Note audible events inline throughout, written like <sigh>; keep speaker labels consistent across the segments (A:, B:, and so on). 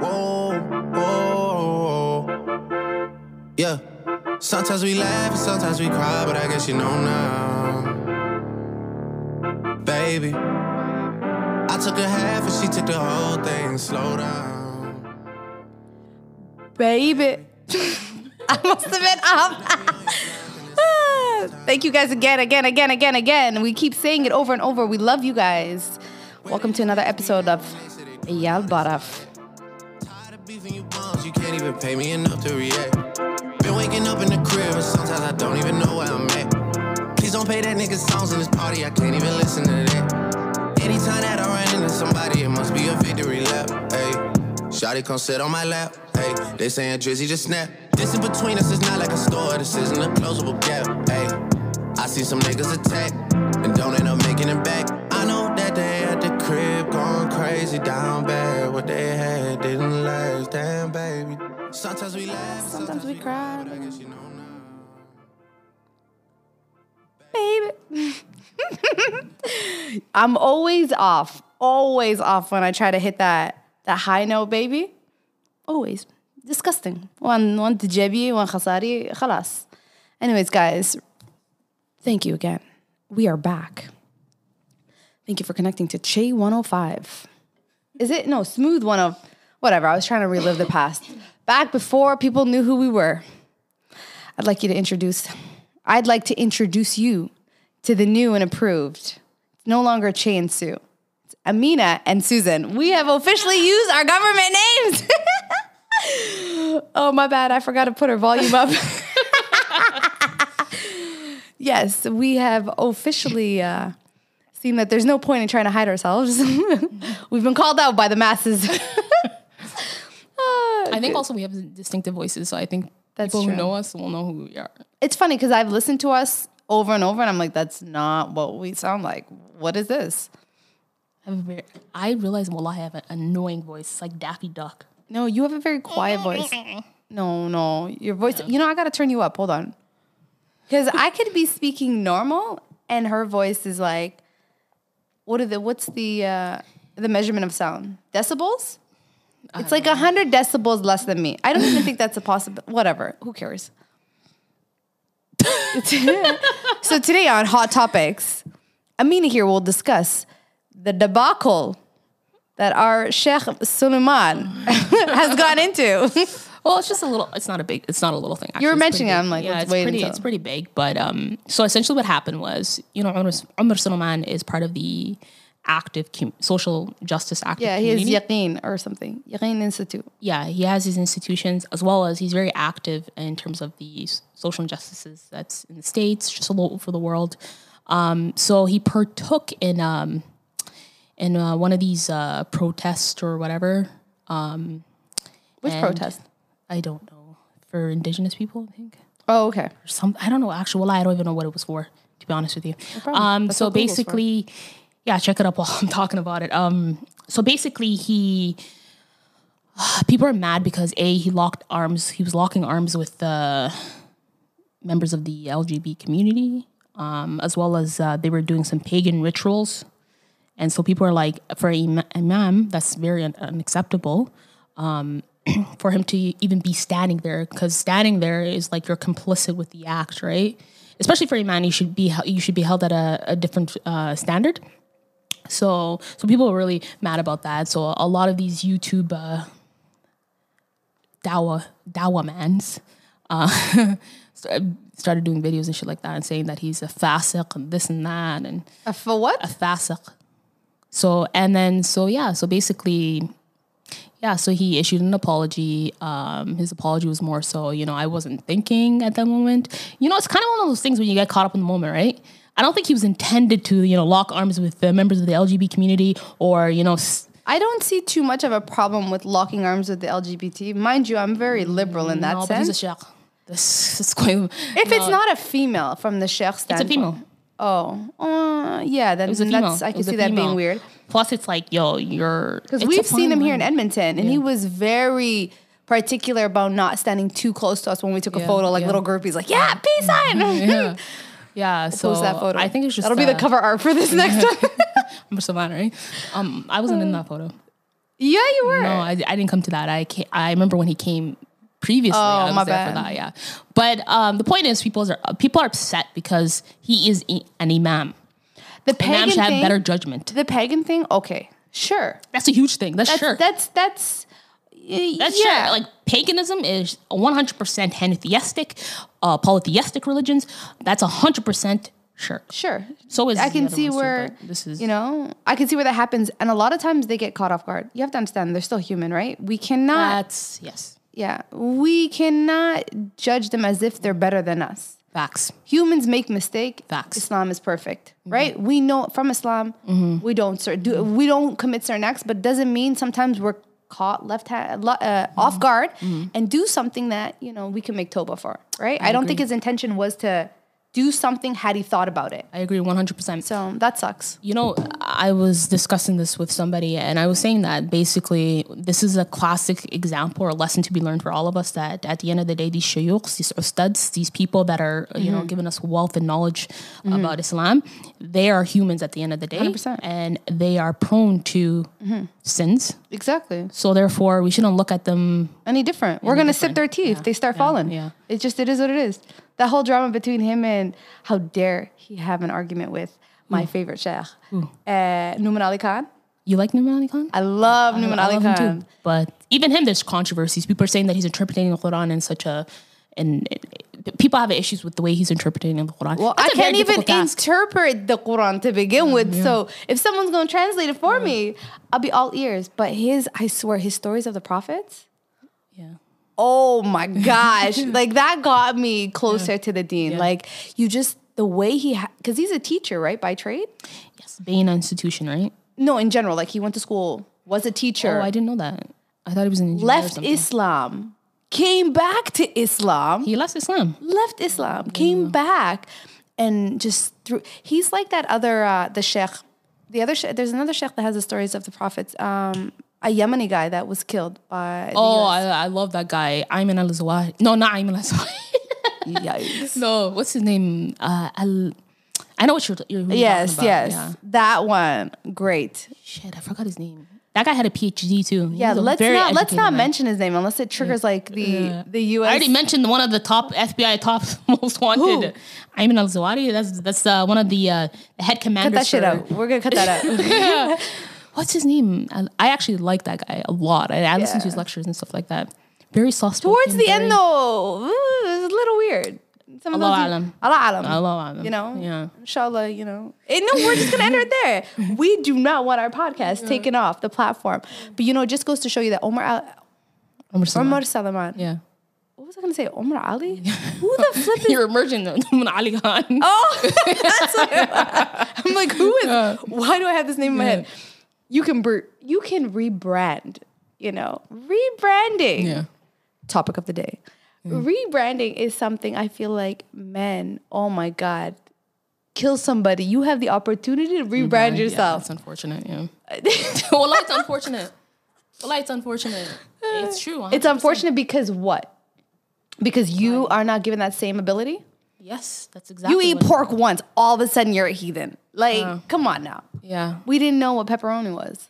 A: Whoa, whoa. Yeah. Sometimes we laugh and sometimes we cry, but I guess you know now. Baby. I took a half and she took the whole thing. Slow down.
B: Baby. <laughs> I must have been up. <laughs> Ah, Thank you guys again, again, again, again, again. We keep saying it over and over. We love you guys. Welcome to another episode of Eyal Baraf.
A: Tired of beefing you bums, you can't even pay me enough to react. Been waking up in the crib and sometimes I don't even know where I'm at. Please don't pay that nigga songs in this party, I can't even listen to that. Anytime that I run into somebody, it must be a victory lap. Hey, Shotty come sit on my lap. Hey, they saying Drizzy just snap. This in between us is not like a store, this isn't a closable gap. Hey, I see some niggas attack and don't end up making it back. I know that they at the crib going crazy down bad. What they had didn't last, damn baby. Sometimes we laugh,
B: Sometimes we cry.
A: but I guess you know now.
B: babe. I'm always off, always off when I try to hit that that high note, baby. Always disgusting. One one تجيبي one خساري خلاص. Anyways, guys, thank you again. We are back. Thank you for connecting to Che 105. Is it no smooth one of whatever? I was trying to relive the past. Back before people knew who we were. I'd like you to introduce. I'd like to introduce you to the new and approved. It's no longer Che and Sue. It's Amina and Susan. We have officially used our government names. <laughs> oh my bad, I forgot to put her volume up. <laughs> yes, we have officially uh, seen that there's no point in trying to hide ourselves. <laughs> We've been called out by the masses. <laughs>
C: I think also we have distinctive voices, so I think
B: That's
C: people
B: true.
C: who know us will know who we are.
B: it's funny because I've listened to us over and over, and I'm like, that's not what we sound like. What is this?
C: I, have a very, I realize, well, I have an annoying voice. It's like Daffy Duck.
B: No, you have a very quiet voice.
C: Mm.
B: No, no, your voice. You know, I gotta turn you up. Hold on, because I could be speaking normal, and her voice is like, what are the what's the uh, the measurement of sound? Decibels. It's like hundred decibels less than me. I don't even think that's a possible. Whatever. Who cares? <laughs> so today on Hot Topics, Amina here will discuss the debacle that our Sheikh Suleiman <laughs> has gone into.
C: Well, it's just a little. It's not a big. It's not a little thing. Actually.
B: were
C: It's
B: mentioning
C: pretty
B: it.
C: big.
B: I'm like,
C: yeah,
B: let's
C: it's
B: wait
C: pretty.
B: until-
C: It's pretty big. But um, so essentially, what happened was, you know, Umar, Umar Suleiman is part of the active com- social justice active
B: Yeah, he is
C: community.
B: Yaqeen or something. Yaqeen Institute.
C: yeah, he has his institutions as well as he's very active in terms of the s- social injustices that's in the states, just all over the world. Um, so he partook in um, in uh, one of these uh, protests or whatever.
B: Which
C: And-
B: protest?
C: I don't know for Indigenous people, I think.
B: Oh, okay.
C: some I don't know actually well, I don't even know what it was for to be honest with you.
B: problem.
C: um
B: That's
C: so
B: what Google's for.
C: basically yeah, check it up while <laughs> I'm talking about it. Um so basically he <sighs> people are mad because A he locked arms he was locking arms with uh, members of the LGB community um as well as uh, they were doing some pagan rituals. And so people are like for Im- imam that's very un- unacceptable for him to even be standing there because standing there is like you're complicit with the act, right? Especially for Iman, you should be you should be held at a, a different uh, standard. So so people were really mad about that. So a lot of these YouTube uh, dawa dawa mans uh, <laughs> st- started doing videos and shit like that and saying that he's a fasiq and this and that and
B: Uh, for what?
C: fasiq. So and then so yeah, so basically yeah, so he issued an apology. Um, his apology was more so, you know, I wasn't thinking at that moment. You know, it's kind of one of those things when you get caught up in the moment, right? I don't think he was intended to, you know, lock arms with the members of the LGB community or, you know, s-
B: I don't see too much of a problem with locking arms with the LGBT. Mind you, I'm very liberal in that
C: no, but he's a
B: sense.
C: sheikh. This <laughs> is going.
B: if it's not a female from the sheikh
C: it's a
B: standpoint.
C: female.
B: Oh, uh, yeah, then,
C: It's a
B: then
C: female.
B: that's I
C: It
B: can
C: was a
B: see that being
C: female.
B: weird.
C: Plus, it's like, yo, you're
B: Because we've seen him here in Edmonton, and he was very particular about not standing too close to us when we took a
C: Yeah,
B: photo. Like
C: yeah.
B: little groupies, like yeah, peace sign. <laughs>
C: <laughs> Yeah, yeah. So
B: Post that photo.
C: I think it's just
B: that'll be the
C: <laughs> uh,
B: cover art for this next one.
C: Mr. Vine, right? Um, I wasn't in that photo.
B: <laughs> Yeah, you were.
C: No, I, I didn't come to that. I ca I remember when he came previously. I was
B: Oh, my
C: there for
B: bad.
C: that. Yeah, but um, the point is, people are people are upset because he is i- an imam.
B: the
C: Imam
B: pagan
C: should have
B: thing.
C: better judgment.
B: the pagan thing. Okay, sure.
C: That's a huge thing. That's,
B: That's
C: sure.
B: that's that's. y-
C: That's
B: yeah.
C: sure. Like paganism is 100% henotheistic, uh, polytheistic religions. That's 100% sure.
B: sure.
C: So is
B: I
C: the
B: can
C: other
B: see
C: ones too,
B: where
C: but this is
B: you know I can see where that happens, and a lot of times they get caught off guard. You have to understand they're still human, right? We cannot,
C: That's yes.
B: yeah, we cannot judge them as if they're better than us.
C: Facts.
B: humans make mistake.
C: Facts.
B: Islam is perfect, right? We know from Islam we don't cer- do we don't commit certain acts, but doesn't mean sometimes we're caught left hand uh, off guard and do something that you know we can make toba for, right? Mm-hmm. I, don't think his intention was to do something had he thought about it.
C: I agree 100%.
B: So that sucks.
C: you know, I was discussing this with somebody, and I was saying that basically this is a classic example or lesson to be learned for all of us that at the end of the day, these shayukhs, these ustads, these people that are, you know, giving us wealth and knowledge about Islam, they are humans at the end of the day.
B: 100%.
C: And they are prone to sins.
B: Exactly.
C: So therefore, we shouldn't look at them.
B: Any different? we're gonna sip their teeth. They start falling.
C: yeah.
B: It's just it is what it is. That whole drama between him and how dare he have an argument with my favorite sheikh, uh, Numan Ali Khan.
C: You like Numan Ali Khan?
B: I love Numan Ali
C: him
B: Khan.
C: too. But even him, there's controversies. People are saying that he's interpreting the Quran in such a and people have issues with the way he's interpreting the Quran.
B: Well,
C: That's
B: I
C: a very
B: can't even
C: difficult task.
B: interpret the Quran to begin with. So if someone's gonna translate it for me, I'll be all ears. But his, I swear, his stories of the prophets.
C: Yeah.
B: Oh
C: <laughs>
B: my gosh! like that got me closer to the dean. Like you just the way he, because he's a teacher, right, by trade.
C: Yes, being an institution, right?
B: No, in general, like he went to school, was a teacher,
C: Oh, I didn't know that. I thought he was an engineer. or
B: left
C: something.
B: Islam, came back to Islam.
C: He left Islam.
B: left Islam, came back, and just through. He's like that other uh, the sheikh. The other sheikh, there's another sheikh that has the stories of the prophets. Um, a Yemeni guy that was killed by.
C: Oh, I, I love that guy. Ayman al Zawahiri. No, not Ayman al
B: <laughs>
C: Zawahiri.
B: the, yikes.
C: no, what's his name? Uh, al. I know what you're. you're who you're
B: yes,
C: talking about.
B: yes,
C: Yeah.
B: that one. Great.
C: Shit, I forgot his name. That guy had a PhD too. He
B: Yeah,
C: was a
B: let's
C: very
B: not let's
C: educated
B: not
C: man.
B: mention his name unless it triggers like the the U.S.
C: Uh, I already mentioned one of the top FBI top <laughs> most wanted. Ayman al Zawahiri. That's that's uh, one of the uh, the head commanders.
B: cut that shit
C: for-
B: out. We're gonna cut that
C: <laughs>
B: out.
C: What's his name? I, I actually like that guy a lot. I, I listen to his
B: Yeah.
C: lectures and stuff like that. Very soft spoken.
B: Towards the end though, ooh, it's a little weird. Some of
C: Allah
B: those-
C: alam.
B: Allah alam.
C: Allah alam.
B: you know
C: Yeah.
B: inshallah you know Eh, no we're just gonna end it there
C: <laughs>
B: we do not want our podcast taken off the platform but you know it just goes to show you that omar Al- omar salaman <laughs>
C: Yeah.
B: what was i gonna say omar ali
C: <laughs>
B: who the flip is
C: You're emerging though. <laughs> When Ali Khan.
B: oh <laughs> that's what it was. i'm like who is why do i have this name in my head you can br- you can rebrand you know rebranding
C: Yeah.
B: topic of the day. Rebranding is something I feel like men, oh my God, kill somebody. You have the opportunity to rebrand
C: Yeah,
B: yourself.
C: That's unfortunate. Yeah. <laughs>
B: <laughs>
C: well, it's unfortunate. Well, it's unfortunate. It's true.
B: it's unfortunate because what? Because you are not given that same ability.
C: Yes, that's exactly.
B: You eat
C: what-
B: pork once, all of a sudden you're a heathen. Like, come on now.
C: Yeah.
B: We didn't know what pepperoni was.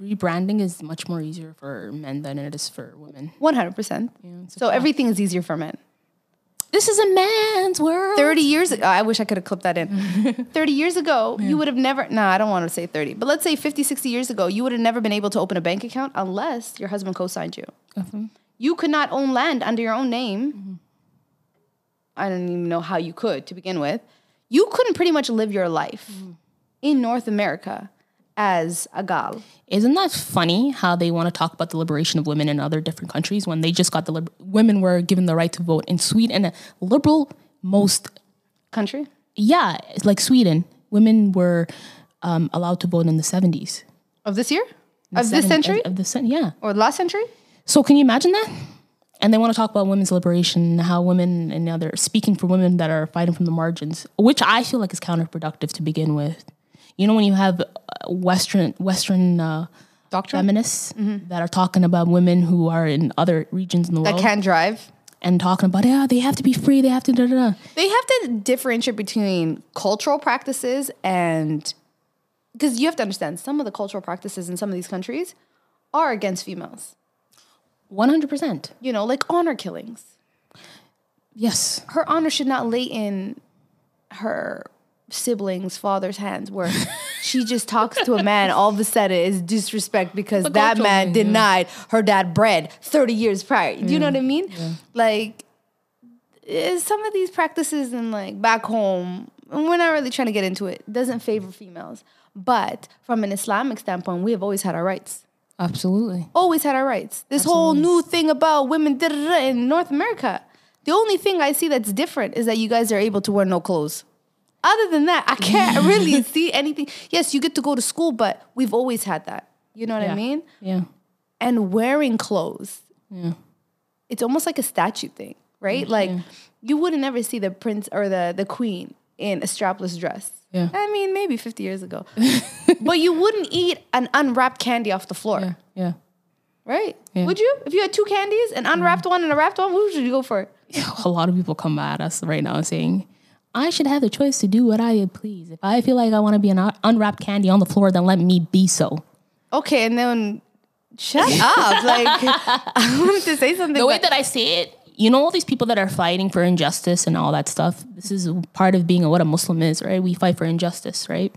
C: Rebranding is much more easier for men than it is for women.
B: 100%. so everything is easier for men.
C: This is a man's world.
B: 30 years ago, I wish I could have clipped that in. 30 years ago, you would have never, no, I don't want to say 30, but let's say 50, 60 years ago, you would have never been able to open a bank account unless your husband co signed you.
C: Uh-huh.
B: You could not own land under your own name. I don't even know how you could to begin with. You couldn't pretty much live your life in North America as a gal.
C: Isn't that funny how they want to talk about the liberation of women in other different countries when they just got the lib- women were given the right to vote in Sweden, a liberal most
B: Country?
C: yeah, it's like Sweden, women were um, allowed to vote in the seventies
B: Of this year? Of this century?
C: of, the uh, cen- yeah.
B: Or last century?
C: So can you imagine that? And they want to talk about women's liberation, how women and other speaking for women that are fighting from the margins, which I feel like is counterproductive to begin with. You know, when you have uh, Western Western uh,
B: Doctrine? Mm-hmm.
C: feminists that are talking about women who are in other regions in the
B: That
C: world
B: can drive.
C: and talking about yeah, they have to be free, they have to da da. da.
B: They have to differentiate between cultural practices and because you have to understand some of the cultural practices in some of these countries are against females.
C: One hundred percent.
B: You know, like honor killings.
C: Yes.
B: Her honor should not lay in her siblings' father's hands, where she just talks to a man. All of a sudden, is disrespect because
C: It's a
B: that
C: cultural
B: man
C: thing, yeah.
B: denied her dad bread thirty years prior. Do you know what I mean? Like, eh, some of these practices in like back home, and we're not really trying to get into it. Doesn't favor females, but from an Islamic standpoint, we have always had our rights
C: Absolutely.
B: always had our rights. This whole new thing about women da, da, da, in North America. The only thing I see that's different is that you guys are able to wear no clothes. Other than that, I
C: <laughs>
B: can't really see anything. Yes, you get to go to school, but we've always had that. You know what I
C: Yeah.
B: mean?
C: Yeah.
B: And wearing clothes. It's almost like a statue thing, right?
C: Mm-hmm.
B: Like you wouldn't ever see the prince or the the queen in a strapless dress.
C: Yeah.
B: I mean, maybe 50 years
C: <laughs>
B: ago. but you wouldn't eat an unwrapped candy off the floor.
C: Yeah. Yeah.
B: Right?
C: Yeah.
B: Would you? If you had two candies, an unwrapped one and a wrapped one, who should you go for?
C: a lot of people come at us right now saying, I should have the choice to do what I please. If I feel like I want to be an un- unwrapped candy on the floor, then let me be so.
B: Okay, and then <laughs> shut up. Like I wanted to say something.
C: The way
B: but-
C: that I say it, you know, all these people that are fighting for injustice and all that stuff, this is part of being what a Muslim is, right? We fight for injustice, right?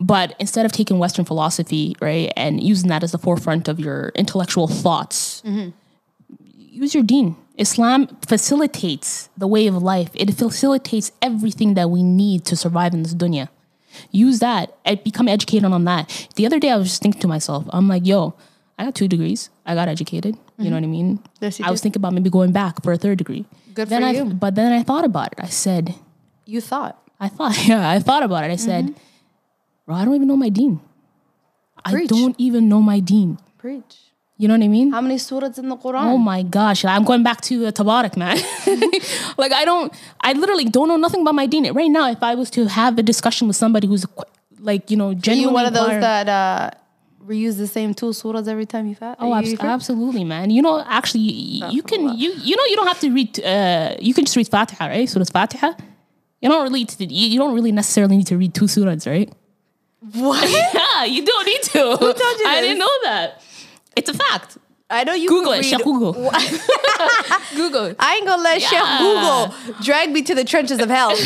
C: But instead of taking Western philosophy, right, and using that as the forefront of your intellectual thoughts,
B: Mm-hmm.
C: use your deen. Islam facilitates the way of life, it facilitates everything that we need to survive in this dunya. Use that, and become educated on that. The other day, I was just thinking to myself, I'm like, yo, I got two degrees, I got educated. You know what I mean?
B: Mm-hmm. Yes, you
C: I was
B: did.
C: thinking about maybe going back for a third degree.
B: Good
C: then
B: for
C: I,
B: you.
C: But then I thought about it. I said,
B: you thought.
C: I thought, <laughs> yeah, I thought about it. I said,
B: Mm-hmm.
C: bro, I don't even know my dean. I
B: Preach.
C: don't even know my dean.
B: Preach.
C: You know what I mean?
B: How many surahs in the Quran?
C: oh my gosh, I'm going back to uh, Tabarak, man.
B: Mm-hmm.
C: <laughs> like, I don't, I literally don't know nothing about my dean. Right now, if I was to have a discussion with somebody who's qu- like, you know,
B: Are
C: genuinely.
B: you one of those
C: inquire-
B: that uh reuse the same two surahs every time you fast?
C: Oh, abs-
B: you,
C: absolutely, man. You know, actually, you, you can you you know you don't have to read. Uh, you can just read Fatiha, right? Surah Fatiha. You don't really t- you, you don't really necessarily need to read two surahs, right?
B: <laughs> What?
C: <laughs> Yeah, you don't need to. Who
B: told you
C: I
B: this?
C: didn't know that. It's a fact.
B: I know you
C: Google
B: can
C: it.
B: read-
C: Shaq Google. Google.
B: I ain't gonna let Chef
C: Yeah.
B: Google drag me to the trenches of
C: <laughs>
B: hell. <laughs>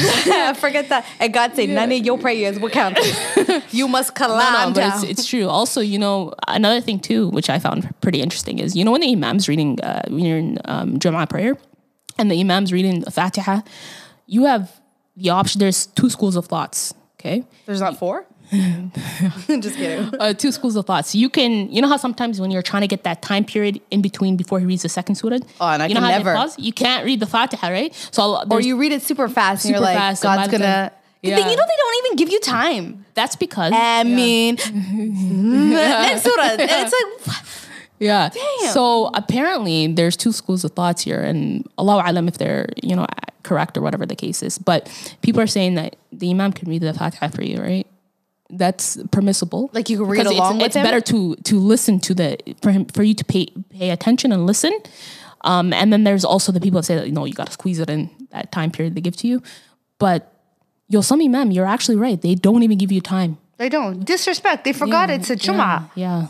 B: Forget that. And God said, none of your prayers will
C: <laughs>
B: count. you must
C: No,
B: collapse.
C: no, but it's, it's true. Also, you know, another thing too, which I found pretty interesting is, you know, when the imam's reading, uh, when you're in um, Jama'ah prayer, and the imam's reading Fatiha, you have the option. There's two schools of thoughts. Okay,
B: There's not
C: <laughs>
B: four? Just kidding.
C: uh, two schools of thoughts. You can, you know how sometimes when you're trying to get that time period in between before he reads the second surah,
B: Oh, and I
C: you know
B: can
C: how they
B: never.
C: pause? you can't read the Fatiha, right?
B: <laughs>
C: So
B: or
C: there's
B: you read it super fast and
C: Super
B: you're like,
C: fast, and by
B: God's
C: the time-
B: gonna. You think-
C: Yeah.
B: you know they don't even give you time.
C: that's because
B: I
C: <laughs>
B: mean, next surah. And It's like what?
C: Yeah.
B: Damn.
C: So apparently, there's two schools of thoughts here, and Allah alam if they're you know correct or whatever the case is. But people are saying that the imam can read the Fatiha for you, right? That's permissible.
B: Like you can read
C: Because
B: along
C: it's,
B: with
C: it's
B: him?
C: better to to listen to the for him for you to pay pay attention and listen. Um, and then there's also the people that say that no, you got to squeeze it in that time period they give to you. But yo, some imam, you're actually right. They don't even give you time.
B: they don't disrespect. They forgot it's a Jum'ah.
C: Yeah,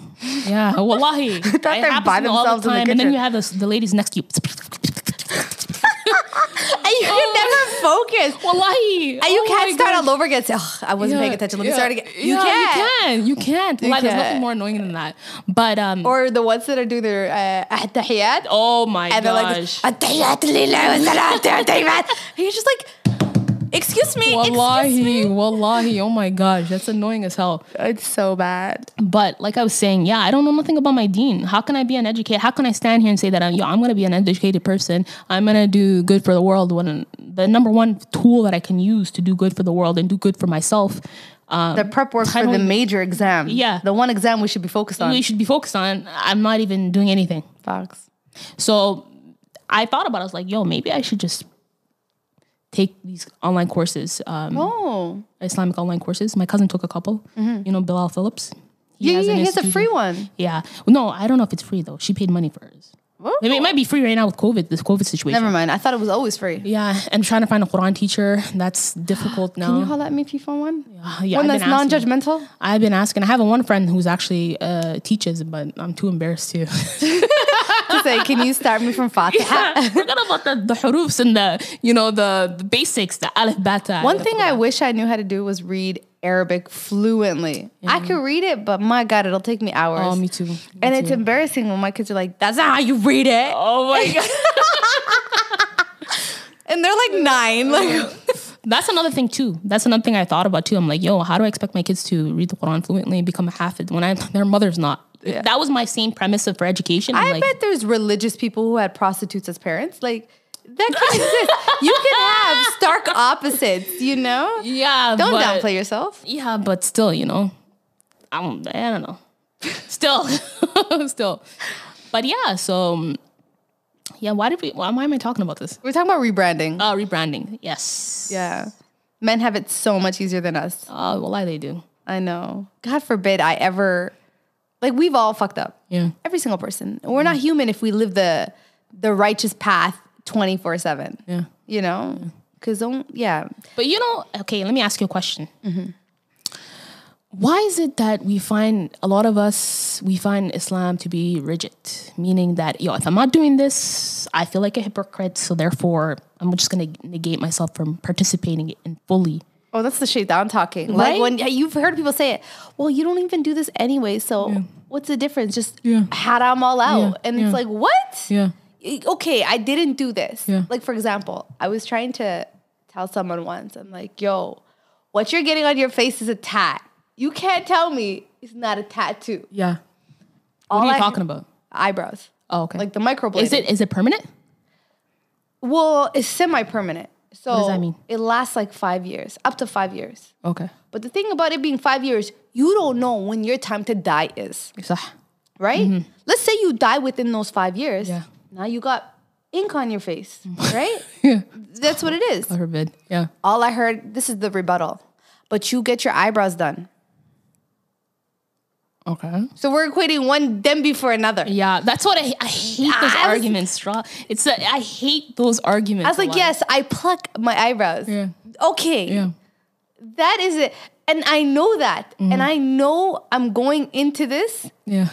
C: yeah.
B: <laughs>
C: Wallahi, I
B: they're by themselves in the
C: and
B: kitchen.
C: then you have the, the ladies next to you.
B: And you can never focus.
C: Wallahi,
B: And you
C: Oh
B: can't
C: my
B: start
C: gosh.
B: all over again. and Say, oh, I wasn't paying
C: Yeah,
B: attention. Let me
C: yeah,
B: start again. You
C: yeah,
B: can't.
C: You can't. You can't. Wallahi, there's
B: can't.
C: nothing more annoying than that. But um,
B: Or the ones that are doing their uh, attahiyat.
C: oh my
B: and they're like, this,
C: gosh.
B: "Attahiyat lillahi wa <laughs> salatu wa tayyibat." And you're just like, excuse me, excuse me.
C: Wallahi, wallahi, oh my gosh, that's annoying as hell.
B: It's so bad.
C: But like I was saying, yeah, I don't know nothing about my dean. How can I be an educated? How can I stand here and say that I'm, yo, I'm going to be an educated person? I'm going to do good for the world. When the number one tool that I can use to do good for the world and do good for myself, um,
B: the prep work for the
C: title-
B: major exam.
C: Yeah.
B: The one exam we should be focused on.
C: we should be focused on. I'm not even doing anything.
B: Fox.
C: So I thought about. it. I was like, yo, maybe I should just take these online courses, um,
B: Oh.
C: Islamic online courses. My cousin took a couple. You know, Bilal Phillips.
B: Yeah, Mm-hmm.
C: has
B: yeah,
C: an
B: he has a
C: institution.
B: free one.
C: Yeah. No, I don't know if it's free though. She paid money for hers. I mean, it might be free right now with COVID, this COVID situation.
B: Never mind. I thought it was always free.
C: Yeah, and trying to find a Quran teacher, that's difficult now.
B: Can you holla at me if you found one?
C: Uh, yeah,
B: one
C: I've
B: that's
C: been asking.
B: non-judgmental.
C: I've been asking. I have one friend who's actually uh, teaches, but I'm too embarrassed to. <laughs>
B: To say, can you start me from Fatiha?
C: Forget about the, the hurufs and the, you know, the, the basics, the alif bata.
B: One thing I wish I knew how to do was read Arabic fluently. I could read it, but my God, it'll take me hours.
C: Oh, me too. Me
B: and it's embarrassing when my kids are like, "That's
C: Ah,
B: not how you read it,"
C: Oh <laughs> my God.
B: and they're like nine. Like,
C: That's another thing too. That's another thing I thought about too. I'm like, yo, how do I expect my kids to read the Quran fluently and become a hafid when I <laughs> their mother's not? That was my same premise of for education. I'm
B: I
C: like,
B: bet there's religious people who had prostitutes as parents. Like that can exist. You can
C: <laughs>
B: have stark opposites. You know.
C: yeah,
B: Don't
C: but,
B: downplay yourself.
C: Yeah, but still, you know, I don't, I don't know. <laughs> Still, <laughs> still, but yeah. So, um, yeah. Why did we? Why, why am I talking about this?
B: We're talking about rebranding.
C: Uh, rebranding. Yes.
B: yeah. Men have it so much easier than us.
C: Uh, well, I they do.
B: I know. God forbid I ever like we've all fucked up.
C: Yeah.
B: Every single person. We're not human if we live the the righteous path 24/7.
C: Yeah.
B: You know? Cuz don't yeah.
C: But you know, okay, let me ask you a question. Why is it that we find a lot of us we find Islam to be rigid, meaning that yo, if I'm not doing this, I feel like a hypocrite. So therefore, I'm just gonna negate myself from participating in fully.
B: Oh, that's the shaitan talking. Like
C: Right?
B: when yeah, you've heard people say it, well, you don't even do this anyway, so what's the difference? Just
C: Yeah.
B: haram all out.
C: Yeah,
B: And
C: yeah.
B: it's like, what?
C: Yeah.
B: okay, I didn't do this.
C: Yeah.
B: Like for example, I was trying to tell someone once, I'm like, yo, what you're getting on your face is a tat. You can't tell me it's not a tattoo.
C: Yeah.
B: All
C: What are you
B: I-
C: talking about?
B: Eyebrows.
C: Oh, okay.
B: Like the microblading.
C: is it is it permanent?
B: Well, it's semi-permanent. So
C: does that mean?
B: It lasts like five years, up to five years.
C: Okay.
B: But the thing about it being five years, you don't know when your time to die is,
C: صح.
B: right? Let's say you die within those five years.
C: Mm-hmm. Yeah. Mm.
B: Now you got ink on your face,
C: <laughs>
B: right?
C: Yeah.
B: That's what it is.
C: God forbid. Yeah.
B: all I heard, this is the rebuttal, but you get your eyebrows done.
C: Okay.
B: So we're equating one Dembi for another.
C: Yeah, that's what I, I hate those
B: I was-
C: arguments. Straw. <laughs> It's a, I hate those arguments.
B: I was like, yes, I pluck my eyebrows.
C: Yeah.
B: Okay, that is it. And I know that.
C: Mm-hmm.
B: And I know I'm going into this
C: Yeah.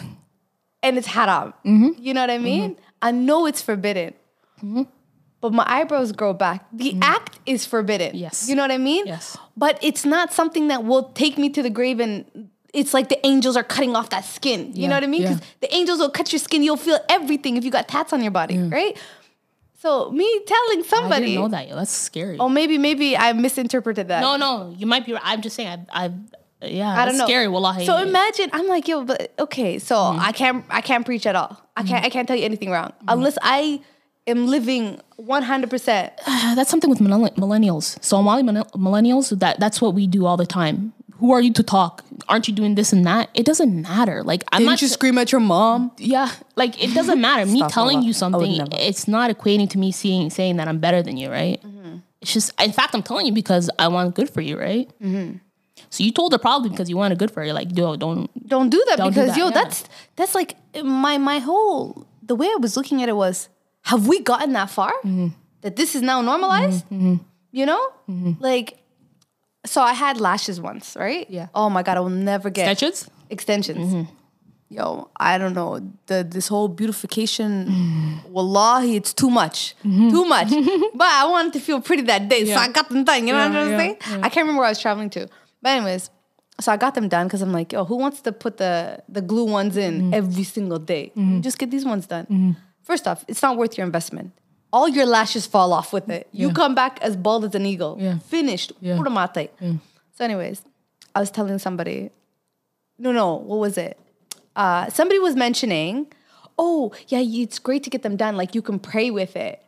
B: and it's haram.
C: Mm-hmm.
B: You know what I mean? I know it's forbidden. But my eyebrows grow back. The act is forbidden.
C: Mm-hmm. Yes.
B: You know what I mean?
C: Yes.
B: But it's not something that will take me to the grave and it's like the angels are cutting off that skin. You
C: Yeah,
B: know what I mean? Because
C: yeah.
B: the angels will cut your skin. You'll feel everything if you got tats on your body, right? So me telling
C: I
B: somebody,
C: didn't know that. Yo, that's scary.
B: oh maybe maybe I misinterpreted that.
C: No, no, you might be right. I'm just saying. I, I yeah,
B: I don't know.
C: Scary. Wallahi. Mm-hmm.
B: So imagine I'm like, yo, but okay, so I can't I can't preach at all. I can't I can't tell you anything wrong unless I am living 100. percent
C: Uh, that's something with millenni- millennials. Somali millen- millennials. That that's what we do all the time. Who are you to talk? Aren't you doing this and that? It doesn't matter. Like I'm not. s-
B: scream at your mom?
C: yeah, like it
B: <laughs>
C: doesn't matter. me
B: Astaghfirullah. I
C: telling you
B: would
C: something,
B: never.
C: it's not equating to me seeing saying that I'm better than you, right?
B: Mm-hmm.
C: It's just, in fact, I'm telling you because I want good for you, right?
B: Mm-hmm.
C: So you told her probably because you wanted good for her. You're like, yo, don't.
B: Don't do that
C: Don't do
B: because
C: that,
B: yo,
C: yeah.
B: that's that's like my my whole the way I was looking at it was, have we gotten that far
C: Mm-hmm.
B: that this is now normalized? You know,
C: Mm-hmm.
B: like. So I had lashes once, right?
C: Yeah.
B: Oh
C: Mm-hmm.
B: my god, I will never get
C: Sketches?
B: extensions. Yo, I don't know. The this whole beautification,
C: Mm-hmm.
B: wallahi, it's too much. Too much.
C: <laughs>
B: but I wanted to feel pretty that day. So I got them done. You know what
C: Yeah,
B: I'm
C: yeah,
B: saying? I can't remember where I was traveling to. But anyways, so I got them done because I'm like, yo, who wants to put the the glue ones in
C: Mm-hmm.
B: every single day? Just get these ones done. First off, it's not worth your investment. All your lashes fall off with it. You come back as bald as an eagle.
C: Yeah.
B: Finished.
C: Yeah.
B: Pura mate. So, anyways, I was telling somebody, no, no, what was it? Uh, somebody was mentioning, oh, yeah, you- it's great to get them done. Like you can pray with it.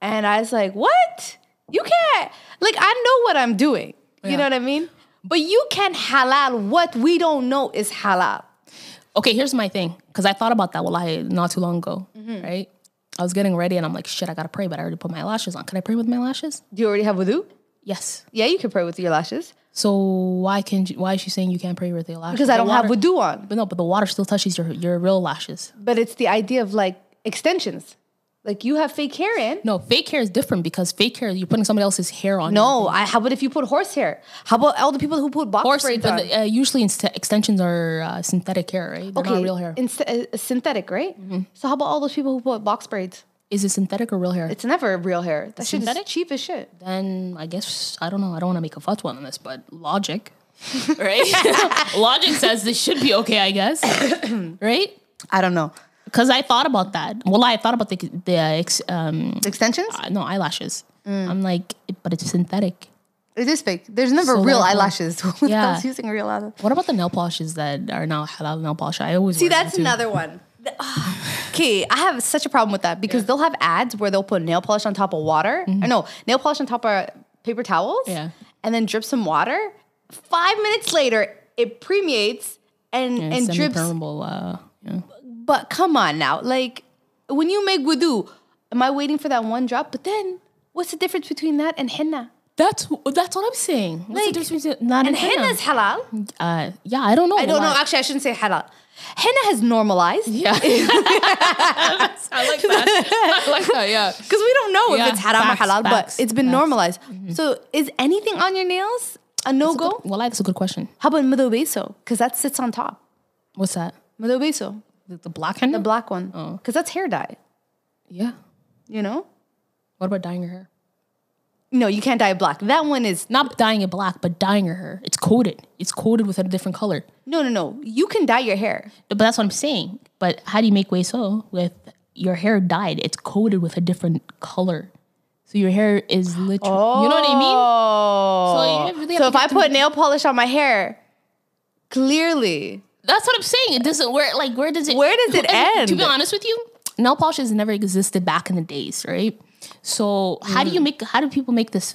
B: And I was like, what? You can't. Like I know what I'm doing. You know what I mean? But you can halal what we don't know is halal.
C: Okay, here's my thing because I thought about that wallahi not too long ago,
B: Mm-hmm.
C: right? I was getting ready and I'm like, shit, I gotta pray, but I already put my lashes on. Can I pray with my lashes?
B: Do you already have wudu?
C: Yes.
B: Yeah, you can pray with your lashes
C: So why can you, why is she saying you can't pray with your lashes?
B: because I
C: The
B: don't
C: water-
B: have wudu on.
C: But no, but the water still touches your your real lashes.
B: But it's the idea of like extensions. Like you have fake hair in.
C: No, fake hair is different because fake hair you're putting somebody else's hair on.
B: No, I, how about if you put horse hair? How about all the people who put box
C: Or
B: braids
C: but,
B: on?
C: uh, usually inst- extensions are uh, synthetic hair, right? They're not real hair.
B: in- uh, synthetic, right? So how about all those people who put box braids?
C: Is it synthetic or real hair?
B: It's never real hair. That shit's
C: Synthetic?
B: cheap as shit.
C: then I guess I don't know. I don't want to make a fatwa on this, but
B: <laughs>
C: logic, right? <laughs> logic says this should be okay, I
B: <coughs>
C: guess, right?
B: I don't know.
C: Because I thought about that. Well, I thought about the the ex, um
B: Extensions?
C: uh, no eyelashes.
B: Mm.
C: I'm like, but it's synthetic.
B: It is fake. There's never
C: So
B: real
C: therefore-
B: eyelashes. <laughs> Who the
C: Yeah.
B: hell's using real eyelashes?
C: What about the nail polishes that are now halal nail polish? I always
B: See,
C: wear them
B: that's
C: too.
B: another one. The- ah, Okay, I have such a problem with that because they'll have ads where they'll put nail polish on top of water. Or no, nail polish on top of paper towels.
C: Mm-hmm. Yeah.
B: And then drip some water. Five minutes later, it permeates and,
C: Yeah,
B: and drips.
C: semi-permeable, Uh, yeah.
B: But come on now. Like when you make wudu, am I waiting for that one drop? But then what's the difference between that and henna?
C: That's that's what I'm saying. What's
B: Like,
C: the difference between that
B: And
C: and henna?
B: henna's halal.
C: Uh, yeah, I don't know.
B: I don't know. <laughs> Actually, I shouldn't say halal. Henna has normalized because
C: <laughs> Yeah, I like that. I like that.
B: <laughs>
C: Yeah.
B: we don't know
C: Yeah,
B: if it's haram
C: facts,
B: or halal,
C: facts,
B: but it's been
C: facts. Mm-hmm.
B: normalized. So, is anything on your nails a no
C: That's a
B: go?
C: good- Well, that's a good question.
B: How about middle beso? Because that sits on top.
C: What's that?
B: Middle beso,
C: The, the black henna?
B: the black one,
C: Oh.
B: because that's hair dye.
C: yeah.
B: You know,
C: What about dyeing your hair?
B: no, you can't dye it black. That one is
C: Not dyeing it black, but dyeing your hair. It's coated. It's coated with a different color.
B: no, no, no. You can dye your hair.
C: But that's what I'm saying. But how do you make way so with your hair dyed? It's coated with a different color. So your hair is literally, you know what I mean?
B: Oh,
C: So, you really have
B: so
C: to
B: if
C: get
B: I
C: to-
B: put nail polish on my hair, clearly,
C: That's what I'm saying. It doesn't where like where does it
B: Where does it
C: and <laughs> To
B: end?
C: be honest with you, nail polish has never existed back in the days, right? So how do you make how do people make this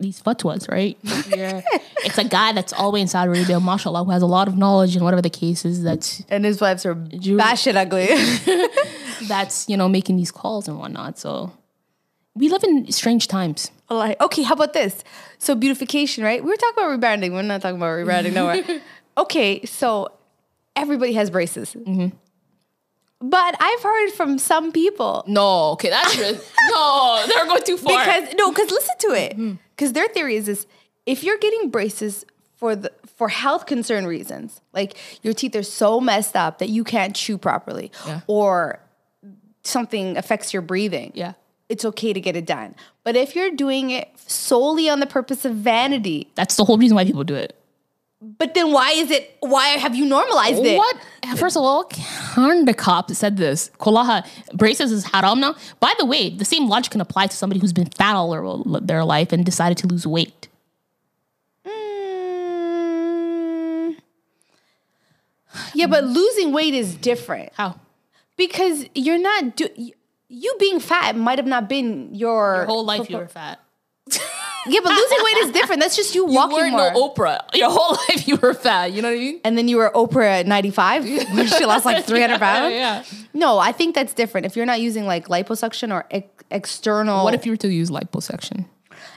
C: these fatwas, <laughs> right? Where it's a guy that's all the way in Saudi Arabia, mashallah, who has a lot of knowledge in whatever the case is that's
B: and his wives are bashing ugly.
C: that's, you know, making these calls and whatnot. So we live in strange times.
B: Like, okay, how about this? So beautification, right? We were talking about rebranding. We're not talking about rebranding nowhere. okay, so everybody has braces. But I've heard from some people
C: No, okay, that's <laughs> no, they're going too far.
B: because no, because listen to it.
C: Mm-hmm.
B: Because their theory is this: if you're getting braces for the for health concern reasons, like your teeth are so messed up that you can't chew properly,
C: Yeah.
B: or something affects your breathing,
C: yeah.
B: it's okay to get it done. But if you're doing it solely on the purpose of vanity,
C: That's the whole reason why people do it.
B: but then why is it? Why have you normalized it?
C: What? First of all, Kanda Cop said this. Kolaha braces is haram now. By the way, the same logic can apply to somebody who's been fat all their, their life and decided to lose weight.
B: Mm. Yeah, but losing weight is different
C: How?
B: because you're not do. You being fat might have not been your,
C: Your whole life you <laughs> were fat.
B: <laughs> Yeah, but losing weight is different. That's just you
C: <laughs> You
B: walking
C: weren't
B: more.
C: no Oprah. Your whole <laughs> life you were fat. You know what I mean? <laughs>
B: and then you were Oprah at 95 when she lost like 300 pounds.
C: Yeah.
B: No, I think that's different. If you're not using like liposuction or ex- external,
C: What if you were to use liposuction?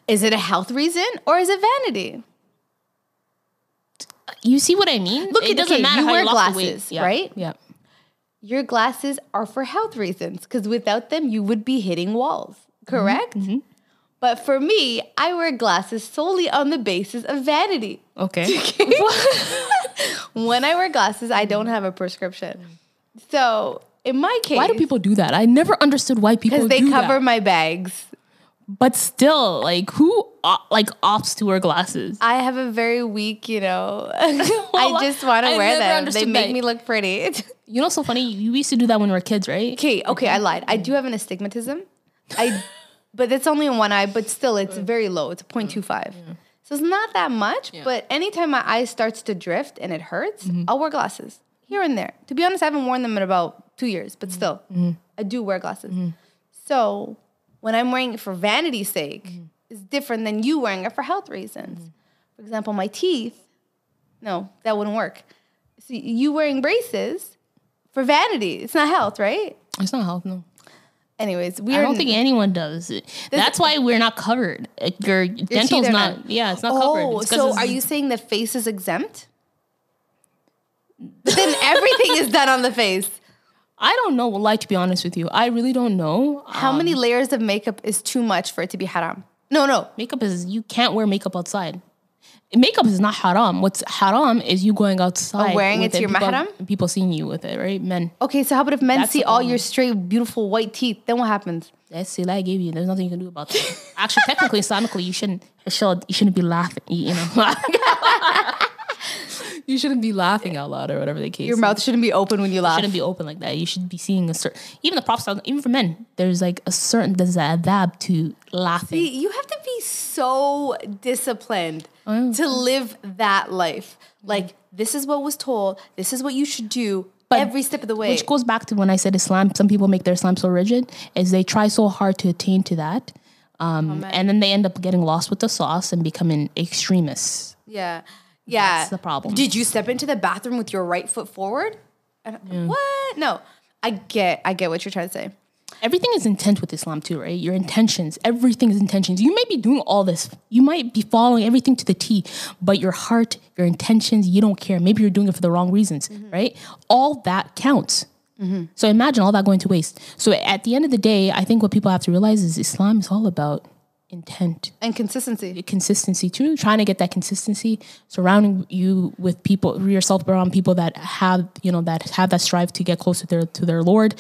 B: is it a health reason or is it vanity?
C: You see what I mean?
B: Look,
C: it doesn't
B: okay,
C: matter
B: you
C: how
B: wear
C: you lost the weight.
B: glasses,
C: Yeah,
B: right?
C: Yeah.
B: your glasses are for health reasons because without them you would be hitting walls
C: Mm-hmm,
B: correct but for me i wear glasses solely on the basis of vanity
C: <laughs> Okay.
B: <laughs> when i wear glasses i don't have a prescription so in my case
C: why do people do that? I never understood why people
B: because they
C: do
B: cover
C: that.
B: my bags
C: But still, like who uh, like opts to wear glasses?
B: i have a very weak you know <laughs> i
C: <laughs> Well,
B: just want to
C: I
B: wear
C: never
B: them they
C: understood
B: make
C: that.
B: me look pretty <laughs>
C: You know, so funny. You we used to do that when we were kids, right?
B: Okay, okay, I lied. I do have an astigmatism. I but it's only in one eye, but still it's very low. It's 0.25. So it's not that much, but anytime my eye starts to drift and it hurts, I'll wear glasses here and there. To be honest, I haven't worn them in about 2 years, but still I do wear glasses. So when I'm wearing it for vanity's sake, it's different than you wearing it for health reasons. For example, my teeth. No, that wouldn't work. So you wearing braces for vanity. It's not health, right?
C: It's not health, no.
B: Anyways, we
C: I
B: are
C: don't think anyone does. it. That's why we're not covered. Uh, Your dental's
B: either
C: not,
B: not.
C: Yeah, it's not covered.
B: Oh,
C: It's 'cause
B: so
C: it's-
B: are you saying the face
C: <laughs>
B: is exempt? then everything is done on the face.
C: I don't know. Like to be honest with you, I really don't know. Um,
B: How many layers of makeup is too much for it to be haram? No, no.
C: Makeup is you can't wear makeup outside. Makeup is not haram. What's haram is you going outside
B: Oh, wearing it to your
C: people,
B: mahram?
C: People seeing you with it, right? Men,
B: Okay, so how about if men
C: That's
B: see
C: the
B: all
C: problem.
B: your straight, beautiful white teeth? Then what happens?
C: that's the lie I gave you. There's nothing you can do about that. Actually, technically, Islamically, you shouldn't. You shouldn't- you shouldn't be laughing. You, you know. <laughs> you shouldn't be laughing out loud or whatever the case.
B: Your mouth shouldn't be open when you laugh.
C: shouldn't be open like that. You should be seeing a certain, even the props, even for men, there's like a certain, there's an adab to laughing.
B: You have to be so disciplined
C: Oh.
B: to live that life. Like, this is what was told, this is what you should do
C: But-
B: every step of the way.
C: Which goes back to when I said Islam, some people make their Islam so rigid, is they try so hard to attain to that. Um, and then they end up getting lost with the sauce and becoming extremists.
B: yeah. Yeah.
C: That's the problem.
B: Did you step into the bathroom with your right foot forward? And, What? No. I get I get what you're trying to say.
C: Everything is intent with Islam too, right? Your intentions, everything is intentions. You may be doing all this, you might be following everything to the T, but your heart, your intentions, you don't care. Maybe you're doing it for the wrong reasons, right? All that counts. So imagine all that going to waste. So at the end of the day, I think what people have to realize is Islam is all about intent
B: And consistency.
C: consistency too trying to get that consistency surrounding you with people yourself around people that have you know that have that strive to get closer to their to their lord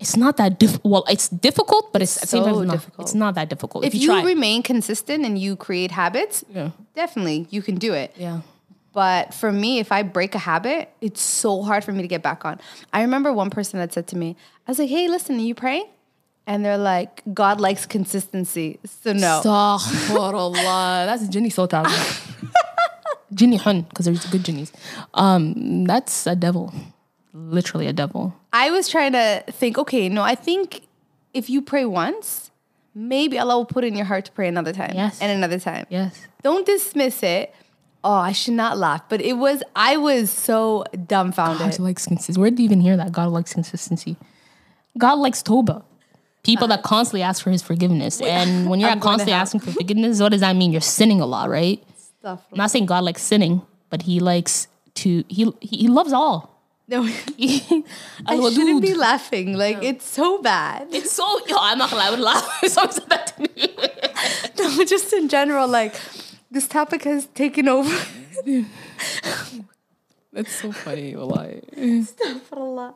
C: it's not that diff- well it's difficult but it's, at the same
B: Mm-hmm. so
C: time it's not,
B: difficult.
C: it's not that difficult
B: If
C: if,
B: you,
C: try
B: remain consistent and you create habits,
C: Yeah.
B: definitely you can do it.
C: yeah
B: But for me, if I break a habit, it's so hard for me to get back on. I remember one person that said to me, I was like, hey, listen, are you praying? And they're like, God likes consistency. So no.
C: Astaghfirullah. that's Jinni Sultan <laughs> Jinni Hun because there's good Jinnis um that's a devil literally a devil
B: I was trying to think, okay, no, I think if you pray once, maybe Allah will put it in your heart to pray another time.
C: Yes.
B: And another time.
C: yes
B: Don't dismiss it. Oh, I should not laugh. But it was, I was so dumbfounded.
C: God likes consistency. Where did you even hear that? God likes consistency. God likes Toba. People that constantly ask for his forgiveness. And <laughs> when you're
B: I'm going to
C: constantly
B: hell.
C: asking for forgiveness, what does that mean? You're sinning a lot, right?
B: Stuff.
C: I'm not saying God likes sinning, but he likes to, he, he he loves <laughs> all.
B: No, I shouldn't
C: Al-Wadud.
B: be laughing. Like, it's so bad. <laughs>
C: It's so, yo, I'm not gonna lie, I would laugh if someone said that to me.
B: No, just in general, like this topic has taken over.
C: <laughs> That's so funny, wallahi.
B: Astaghfirullah.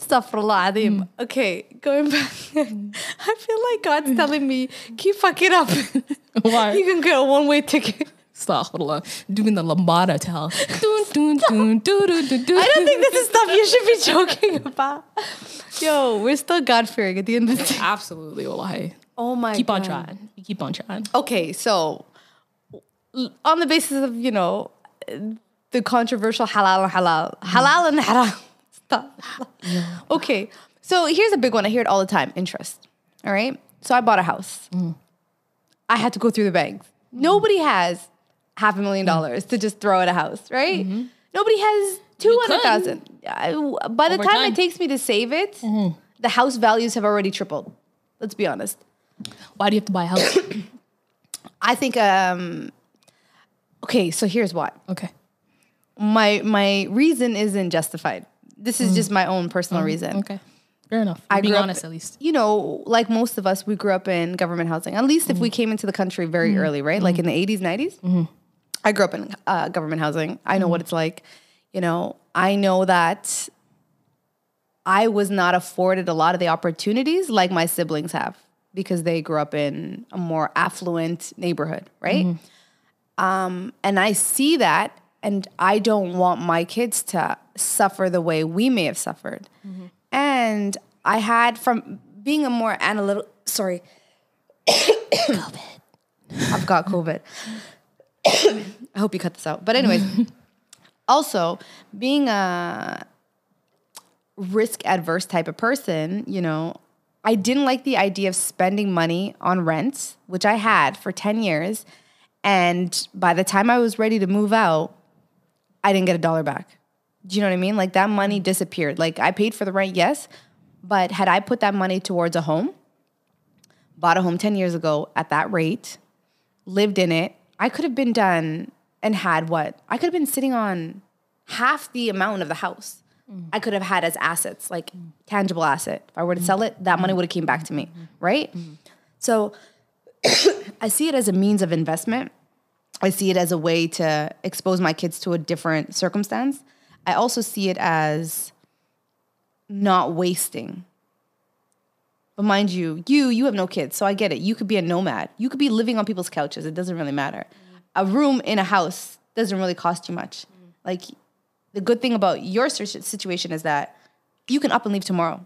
B: Astaghfirullah
C: Mm.
B: Adim. Okay, going back. <laughs> I feel like God's telling me, keep fucking up. <laughs>
C: Why? <laughs>
B: You can get a one way ticket.
C: Astaghfirullah. Doing the lambada towel. Dun, dun, dun, dun, dun, dun,
B: <laughs>
C: dun.
B: I don't think this is stuff you should be <laughs> joking about. Yo, we're still God fearing at the end of the day.
C: Absolutely, wallahi.
B: Oh my
C: Keep on
B: God.
C: trying. You keep on trying.
B: Okay, so l- on the basis of, you know, the controversial halal and halal, halal and haram. Stop. Okay, so here's a big one. I hear it all the time interest. All right, so I bought a house. I had to go through the banks. Nobody has half a million dollars to just throw at a house, right? Nobody has 200,000. I- By the
C: Over
B: time
C: time.
B: it takes me to save it, the house values have already tripled. Let's be honest.
C: Why do you have to buy a house? <coughs>
B: I think um okay, so here's why.
C: okay.
B: My my reason isn't justified. This is just my own personal reason.
C: Mm. Okay. Fair enough.
B: I
C: Being
B: grew up-
C: honest, at least.
B: You know, like most of us, we grew up in government housing. At least if
C: Mm.
B: we came into the country very early, right? Like in the 80s, 90s.
C: Mm-hmm.
B: I grew up in uh, government housing. I know what it's like. You know, I know that I was not afforded a lot of the opportunities like my siblings have because they grew up in a more affluent neighborhood, right?
C: Mm-hmm.
B: Um, and I see that, and I don't want my kids to suffer the way we may have suffered. And I had from being a more analytical, sorry, <coughs> I've got COVID. <coughs> I hope you cut this out. But, anyways, also being a risk adverse type of person, you know, I didn't like the idea of spending money on rent, which I had for 10 years. And by the time I was ready to move out, I didn't get a dollar back. Do you know what I mean? Like that money disappeared. Like I paid for the rent, yes, but had I put that money towards a home, bought a home 10 years ago at that rate, lived in it, I could have been done and had what? I could have been sitting on half the amount of the house. I could have had as assets, like tangible asset. If I were to sell it, that money would have came back to me, right? So <coughs> I see it as a means of investment. I see it as a way to expose my kids to a different circumstance. I also see it as not wasting. But mind you, you you have no kids, so I get it. You could be a nomad. You could be living on people's couches. It doesn't really matter. A room in a house doesn't really cost you much. Like the good thing about your sit- situation is that you can up and leave tomorrow.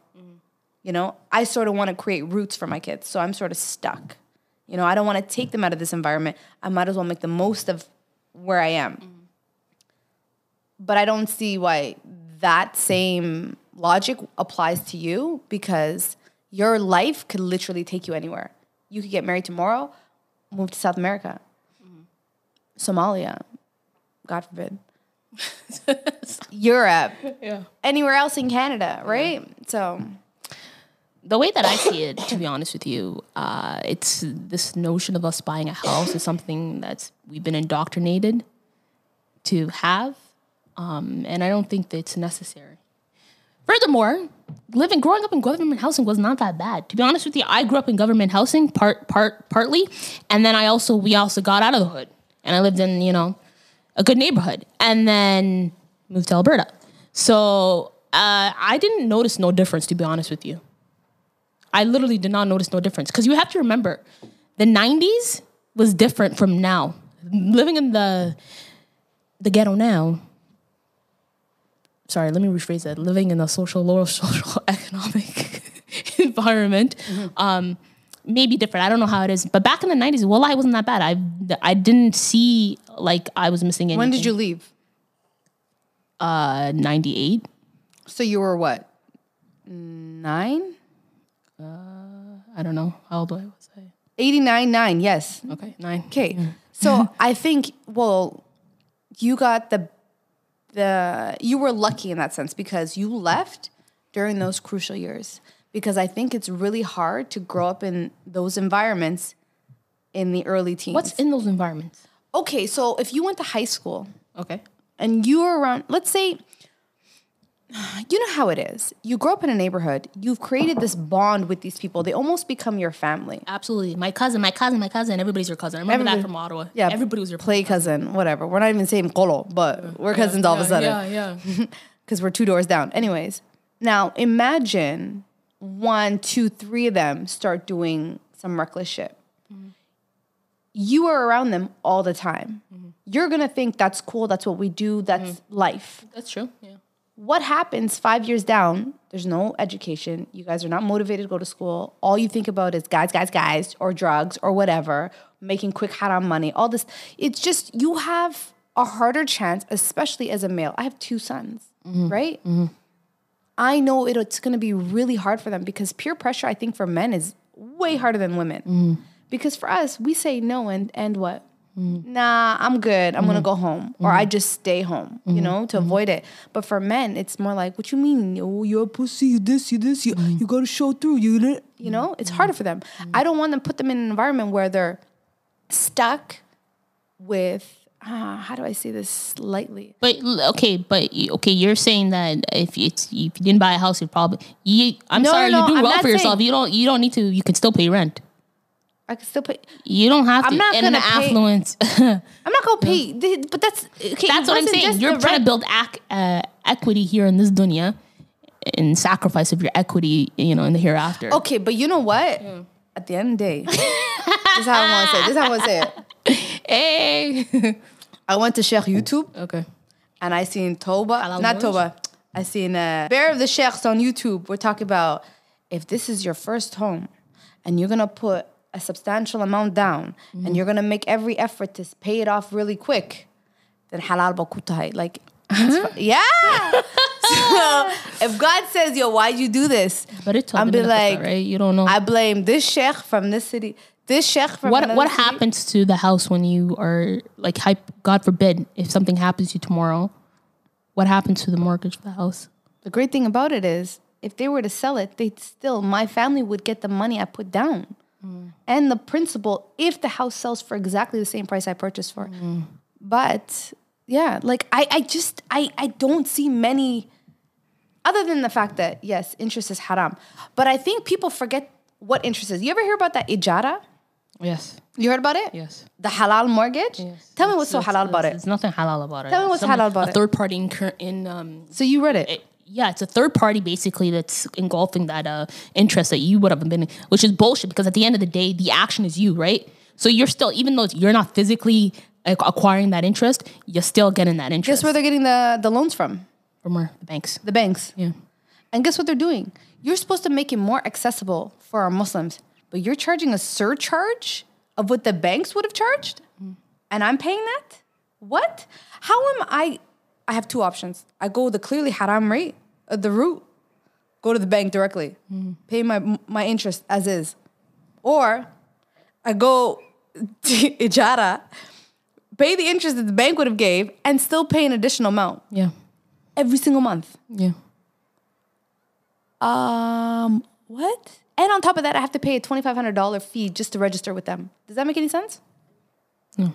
B: You know, I sort of want to create roots for my kids, so I'm sort of stuck. You know, I don't want to take them out of this environment. I might as well make the most of where I am. But I don't see why that same logic applies to you because your life could literally take you anywhere. You could get married tomorrow, move to South America, Somalia, God forbid, Europe,
C: <laughs> Yeah.
B: anywhere else in Canada, right? So,
C: the way that I see it, to be honest with you, uh, it's this notion of us buying a house is something that's we've been indoctrinated to have, um, and I don't think that it's necessary. Furthermore, living growing up in government housing was not that bad. To be honest with you, I grew up in government housing part part partly, and then I also we also got out of the hood and I lived in you know a good neighborhood, and then moved to Alberta. So uh, I didn't notice no difference. To be honest with you. I literally did not notice no difference because you have to remember the 90s was different from now. Living in the the ghetto now. Sorry, let me rephrase that. Living in a social, lower <laughs> social economic <laughs> environment um, may be different. I don't know how it is, but back in the 90s, well, I wasn't that bad. I I didn't see like I was missing anything.
B: when did you leave?
C: Uh, 98.
B: So, you were what? Nine?
C: I don't know how old I was. I?
B: 89, nine, yes.
C: Okay, nine.
B: Okay.
C: <laughs>
B: So I think well, you got the the you were lucky in that sense because you left during those crucial years because I think it's really hard to grow up in those environments in the early teens.
C: What's in those environments?
B: okay, so if you went to high school
C: Okay.
B: and you were around, let's say, you know how it is. You grow up in a neighborhood, you've created this bond with these people, they almost become your family.
C: Absolutely. My cousin, my cousin, my cousin. Everybody's your cousin. I remember
B: Everybody-
C: that from Ottawa.
B: Yeah,
C: Everybody was your
B: play cousin, whatever. We're not even saying colo, but we're cousins all of a sudden Mm.
C: Yeah, yeah.
B: because we're two doors down. Anyways, now imagine one, two, three of them start doing some reckless shit.
C: Mm-hmm.
B: You are around them all the time.
C: Mm-hmm.
B: You're gonna think that's cool, that's what we do, that's life.
C: That's true. Yeah.
B: What happens five years down? There's no education. You guys are not motivated to go to school. All you think about is guys, guys, guys, or drugs, or whatever, making quick haram money, all this. It's just, you have a harder chance, especially as a male. I have two sons, right? I know it, it's gonna be really hard for them because peer pressure, I think, for men is way harder than women. Because for us, we say no and, and what? nah, I'm good. I'm gonna go home, or I just stay home, you know, to avoid it. But for men, it's more like, what you mean? Oh, you're a pussy. You this. You this. You you gotta show through. You li-" you know, it's harder for them. I don't want to put them in an environment where they're stuck with. ah, how do I say this lightly?
C: But l- okay, but y- okay, you're saying that if it's if you didn't buy a house, you probably you. I'm
B: No,
C: sorry,
B: no, no,
C: you do
B: I'm
C: well
B: not
C: for yourself.
B: saying-
C: You don't. You don't need to. You can still pay rent.
B: I could still pay.
C: You don't have
B: I'm
C: to.
B: not
C: and
B: gonna pay-
C: affluence. <laughs>
B: I'm not gonna pay, the- but that's okay.
C: That's what I'm saying. You're trying to build ac- uh, equity here in this dunya, and sacrifice of your equity, you know, in the hereafter.
B: Okay, but you know what? At the end of the
C: <laughs>
B: day, this is how I want to say. It. This is how I want to say it. <laughs>
C: Hey.
B: I went to share YouTube.
C: okay.
B: and I seen Toba,
C: Halal
B: not
C: Wars?
B: Toba. I seen uh, Bear of the Sheikhs on YouTube. We're talking about if this is your first home and you're gonna put a substantial amount down
C: Mm-hmm.
B: and you're gonna make every effort to s- pay it off really quick, then halal bakutai. Like, it's fi-
C: <laughs>
B: yeah. so if God says, yo, why'd you do this?
C: But it's
B: I'd be like,
C: right? You don't know.
B: I blame this sheikh from this city, this sheikh from
C: Oh. What
B: another
C: what
B: city.
C: happens to the house when you are like hype? God forbid if something happens to you tomorrow, what happens to the mortgage for the house?
B: The great thing about it is, if they were to sell it, they'd still, my family would get the money I put down
C: Mm.
B: and the principal if the house sells for exactly the same price I purchased for.
C: Mm.
B: But yeah, like I, I just, I, I don't see many other than the fact that yes, interest is haram, but I think people forget what interest is. You ever hear about that ijara?
C: Yes.
B: You heard about it?
C: Yes.
B: The halal mortgage.
C: Yes.
B: Tell me what's so
C: It's-
B: halal
C: it's-
B: about it.
C: There's nothing halal about it.
B: Tell me what's
C: It's some-
B: halal about
C: a
B: it.
C: third party in, cur- in um,
B: So you read it.
C: yeah, it's a third party basically that's engulfing that uh, interest that you would have been in, which is bullshit because at the end of the day, the action is you, right? So you're still, even though you're not physically like, acquiring that interest, you're still getting that interest
B: Guess where they're getting the, the loans from?
C: from where? the banks.
B: The banks.
C: Yeah.
B: And guess what they're doing? You're supposed to make it more accessible for our Muslims, but you're charging a surcharge of what the banks would have charged? And I'm paying that? What? How am I? I have two options. I go the clearly haram rate, uh, the route, go to the bank directly, pay my, my interest as is. Or I go <laughs> to Ijara, pay the interest that the bank would have gave, and still pay an additional amount
C: Yeah.
B: every single month.
C: Yeah.
B: Um, what? And on top of that, I have to pay a twenty five hundred dollar fee just to register with them. Does that make any sense?
C: No.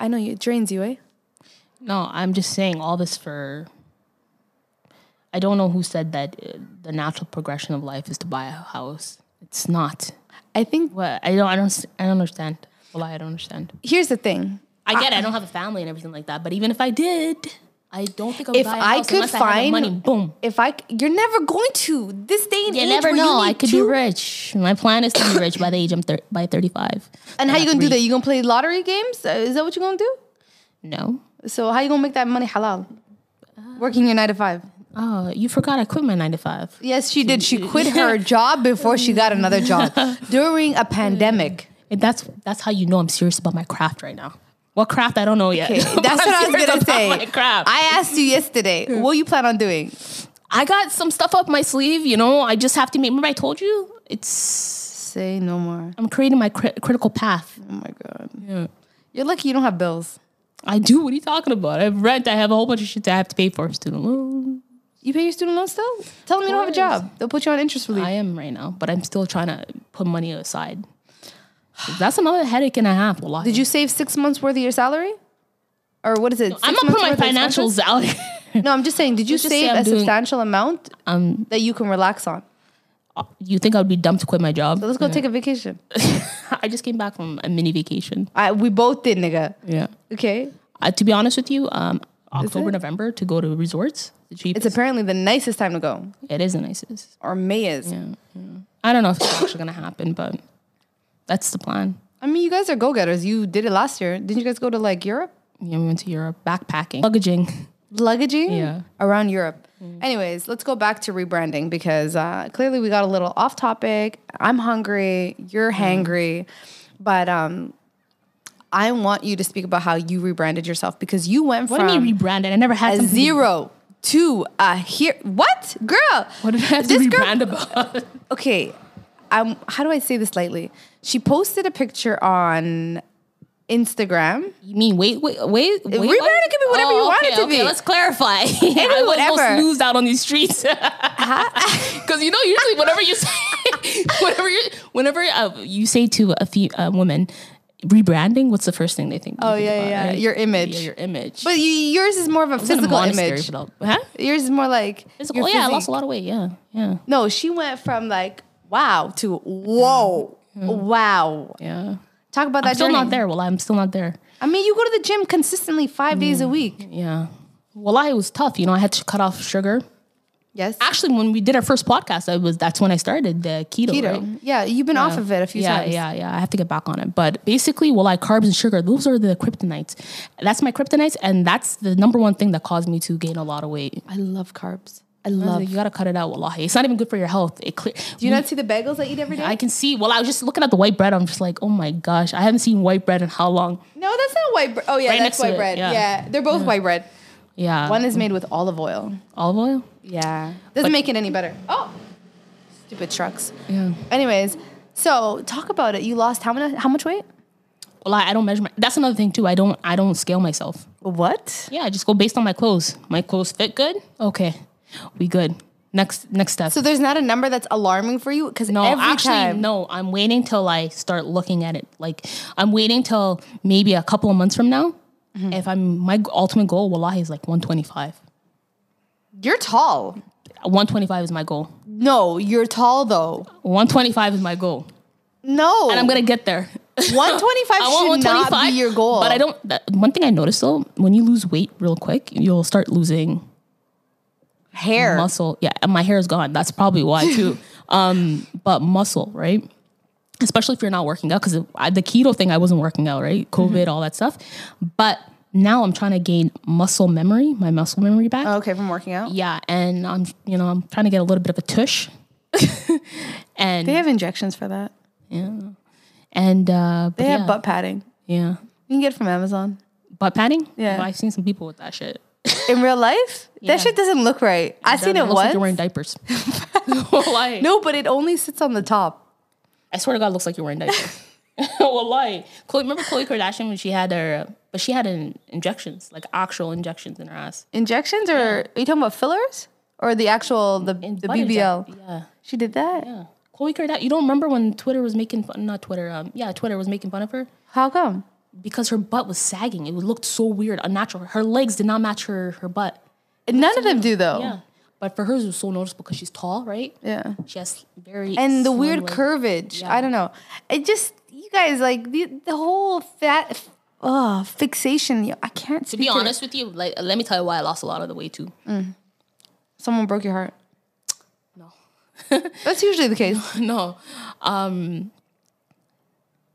B: I know you, it drains you, eh?
C: No, I'm just saying all this for. I don't know who said that uh, the natural progression of life is to buy a house. It's not.
B: I think.
C: What I don't, I don't, s- I don't understand. Well, I don't understand.
B: Here's the thing.
C: I get it. I don't have a family and everything like that. But even if I did, I don't think I would
B: If
C: buy a
B: I
C: house
B: could
C: unless I had the
B: find
C: money. Boom.
B: If I, c- you're never going to this day and
C: You
B: age.
C: never
B: where
C: know.
B: need
C: I could
B: to-
C: be rich. My plan is to be rich by the age I'm thir- by 35.
B: And how
C: I
B: you
C: have
B: gonna do
C: three.
B: that? You gonna play lottery games? Uh, Is that what you're gonna do?
C: No.
B: So how you gonna make that money halal? Working your nine to five.
C: Oh, you forgot I quit my nine to five.
B: Yes, she did. She quit
C: <laughs>
B: her job before she got another job during a pandemic.
C: And that's that's how you know I'm serious about my craft right now. What craft? I don't know yet. <laughs>
B: Okay, that's what
C: But I'm
B: I was
C: serious
B: gonna
C: about
B: say.
C: My craft. I,
B: I asked you yesterday. What you plan on doing?
C: I got some stuff up my sleeve. You know, I just have to make. Remember, I told you it's.
B: Say no more.
C: I'm creating my cri- critical path.
B: Oh my god. You're lucky you don't have bills.
C: I do. What are you talking about? I have rent. I have a whole bunch of shit that I have to pay for. Student loans.
B: You pay your student loans still? Tell them you don't have a
C: course.
B: job. They'll put you on interest relief.
C: I am right now, but I'm still trying to put money aside. That's another headache and a half. Wallahi.
B: Did you save six months worth of your salary? Or what is it?
C: I'm
B: six
C: gonna
B: months
C: put my
B: worth of expenses?
C: financials out.
B: No, I'm just saying. Did you
C: Let's just say
B: save
C: I'm
B: a
C: doing-
B: substantial amount that you can relax on?
C: <laughs> you think I would be dumb to quit my job?
B: So let's go take a vacation.
C: <laughs> I just came back from a mini vacation.
B: I, we both did, nigga.
C: Yeah.
B: Okay.
C: Uh, to be honest with you, um, October,
B: it?
C: November to go to resorts. The
B: It's
C: cheapest.
B: apparently the nicest time to go,
C: it is the nicest.
B: or May is.
C: I don't know if it's actually gonna happen, but that's the plan.
B: I mean, you guys are go getters. You did it last year. Didn't you guys go to like Europe?
C: Yeah, we went to Europe backpacking, luggaging.
B: luggaging
C: Yeah. Mm.
B: around Europe. Anyways, let's go back to rebranding because uh, clearly we got a little off topic. I'm hungry, you're
C: Mm.
B: hangry, but um, I want you to speak about how you rebranded yourself because you went
C: What
B: from
C: do you mean rebranded? I never had
B: a
C: something to-
B: zero to a here. What girl?
C: <laughs> What did I have to
B: This girl-
C: rebrand about?
B: okay, um, how do I say this lightly? She posted a picture on Instagram.
C: You mean wait, wait, wait? wait
B: rebranded can be whatever you want it
C: okay,
B: to
C: okay,
B: be.
C: Let's clarify. <laughs> I would
B: whatever.
C: almost lose out on these streets <laughs> because you know usually whenever you say <laughs> whenever you whenever uh, you say to a fe- a woman rebranding, what's the first thing they think? Oh
B: yeah, yeah, your image.
C: yeah, your image.
B: But you, yours is more of a
C: It's in a
B: physical
C: monastery
B: image.
C: for the- huh?
B: Yours is more like your
C: Physical. Oh yeah, I
B: physique.
C: lost a lot of weight. Yeah, yeah,
B: No, she went from like wow to whoa, wow.
C: yeah.
B: Talk about that.
C: I'm still
B: journey.
C: not there. Well, I'm still not there.
B: I mean, you go to the gym consistently five days a week.
C: Yeah. Well, I was tough. You know, I had to cut off sugar.
B: Yes,
C: Actually, when we did our first podcast, I was that's when I started the keto.
B: keto.
C: right?
B: Yeah, you've been off of it a few
C: yeah,
B: times.
C: Yeah, yeah, I have to get back on it. But basically, well, like carbs and sugar, those are the kryptonites. That's my kryptonites, and that's the number one thing that caused me to gain a lot of weight.
B: I love carbs. I love.
C: You gotta cut it out, wallahi. It's not even good for your health. It clear.
B: Do you not see the bagels I eat every day?
C: I can see. Well, I was just looking at the white bread. I'm just like, oh my gosh, I haven't seen white bread in how long?
B: no, that's not white bread. Oh yeah,
C: Right
B: that's
C: next to
B: white
C: it,
B: bread.
C: yeah.
B: Yeah. they're both white bread.
C: Yeah,
B: One is made with olive oil.
C: olive oil.
B: Yeah, doesn't make it any better. Oh, stupid trucks.
C: Yeah.
B: Anyways, so talk about it. You lost how much? How much weight?
C: Well, I, I don't measure. My, that's another thing too. I don't. I don't scale myself.
B: What?
C: Yeah, I just go based on my clothes. My clothes fit good. Okay, we good. Next next step.
B: So there's not a number that's alarming for you because
C: No,
B: every
C: actually,
B: time,
C: no. I'm waiting till I start looking at it. Like, I'm waiting till maybe a
B: Mm-hmm.
C: couple of months from now. If I'm my g- ultimate goal, wallahi, is like 125.
B: You're tall.
C: 125 is my goal.
B: No, you're tall though.
C: 125 is my goal.
B: No.
C: And
B: <gasps>
C: I'm gonna get there.
B: 125
C: <laughs> I want
B: should not
C: 125.
B: be your goal.
C: But I don't. That, one thing I noticed though, when you lose weight real quick, you'll start losing
B: hair.
C: muscle. Yeah, and my hair is gone. That's probably
B: <laughs>
C: why too. um, but muscle, right? Especially if you're not working out, because the keto thing, I wasn't working out, right?
B: Mm-hmm.
C: COVID, all that stuff. But now I'm trying to gain muscle memory, my muscle memory back.
B: Okay, from working out.
C: Yeah, and I'm, you know, I'm trying to get a little bit of a tush. <laughs> and
B: They have injections for that.
C: and uh, but
B: They have
C: yeah,
B: butt padding.
C: yeah,
B: You can get it from Amazon.
C: butt padding.
B: Yeah.
C: Well, I've seen some people with that shit.
B: In real life, that shit doesn't look right. I seen it
C: looks like
B: once.
C: you're
B: <laughs>
C: wearing diapers. <laughs> Wallahi.
B: no, but it only sits on the top.
C: I swear to God, it looks like you're
B: <laughs>
C: wearing diapers. <laughs> Wallahi. Chloe, remember Khloe Kardashian when she had her, but she had an injections, like actual injections in her ass.
B: Injections or are you talking about fillers or the actual the the
C: Butt
B: BBL?
C: inject- Yeah.
B: She did that.
C: Yeah. Khloe Kardashian, you don't remember when Twitter was making fun, not Twitter, um, yeah, Twitter was making fun of her?
B: How come?
C: Because her butt was sagging. It looked so weird, unnatural. Her legs did not match her, her butt.
B: None of them do though.
C: Yeah. But for hers, it was so noticeable because she's tall, right?
B: Yeah.
C: She has very.
B: and the
C: slim
B: weird
C: legs.
B: curvage. I don't know. It just you guys like the the whole fat uh fixation. yo, I can't
C: To be honest with you, like, let me tell you why I lost a lot of the weight too.
B: Someone broke your heart.
C: No.
B: <laughs> That's usually the case.
C: <laughs> no. Um,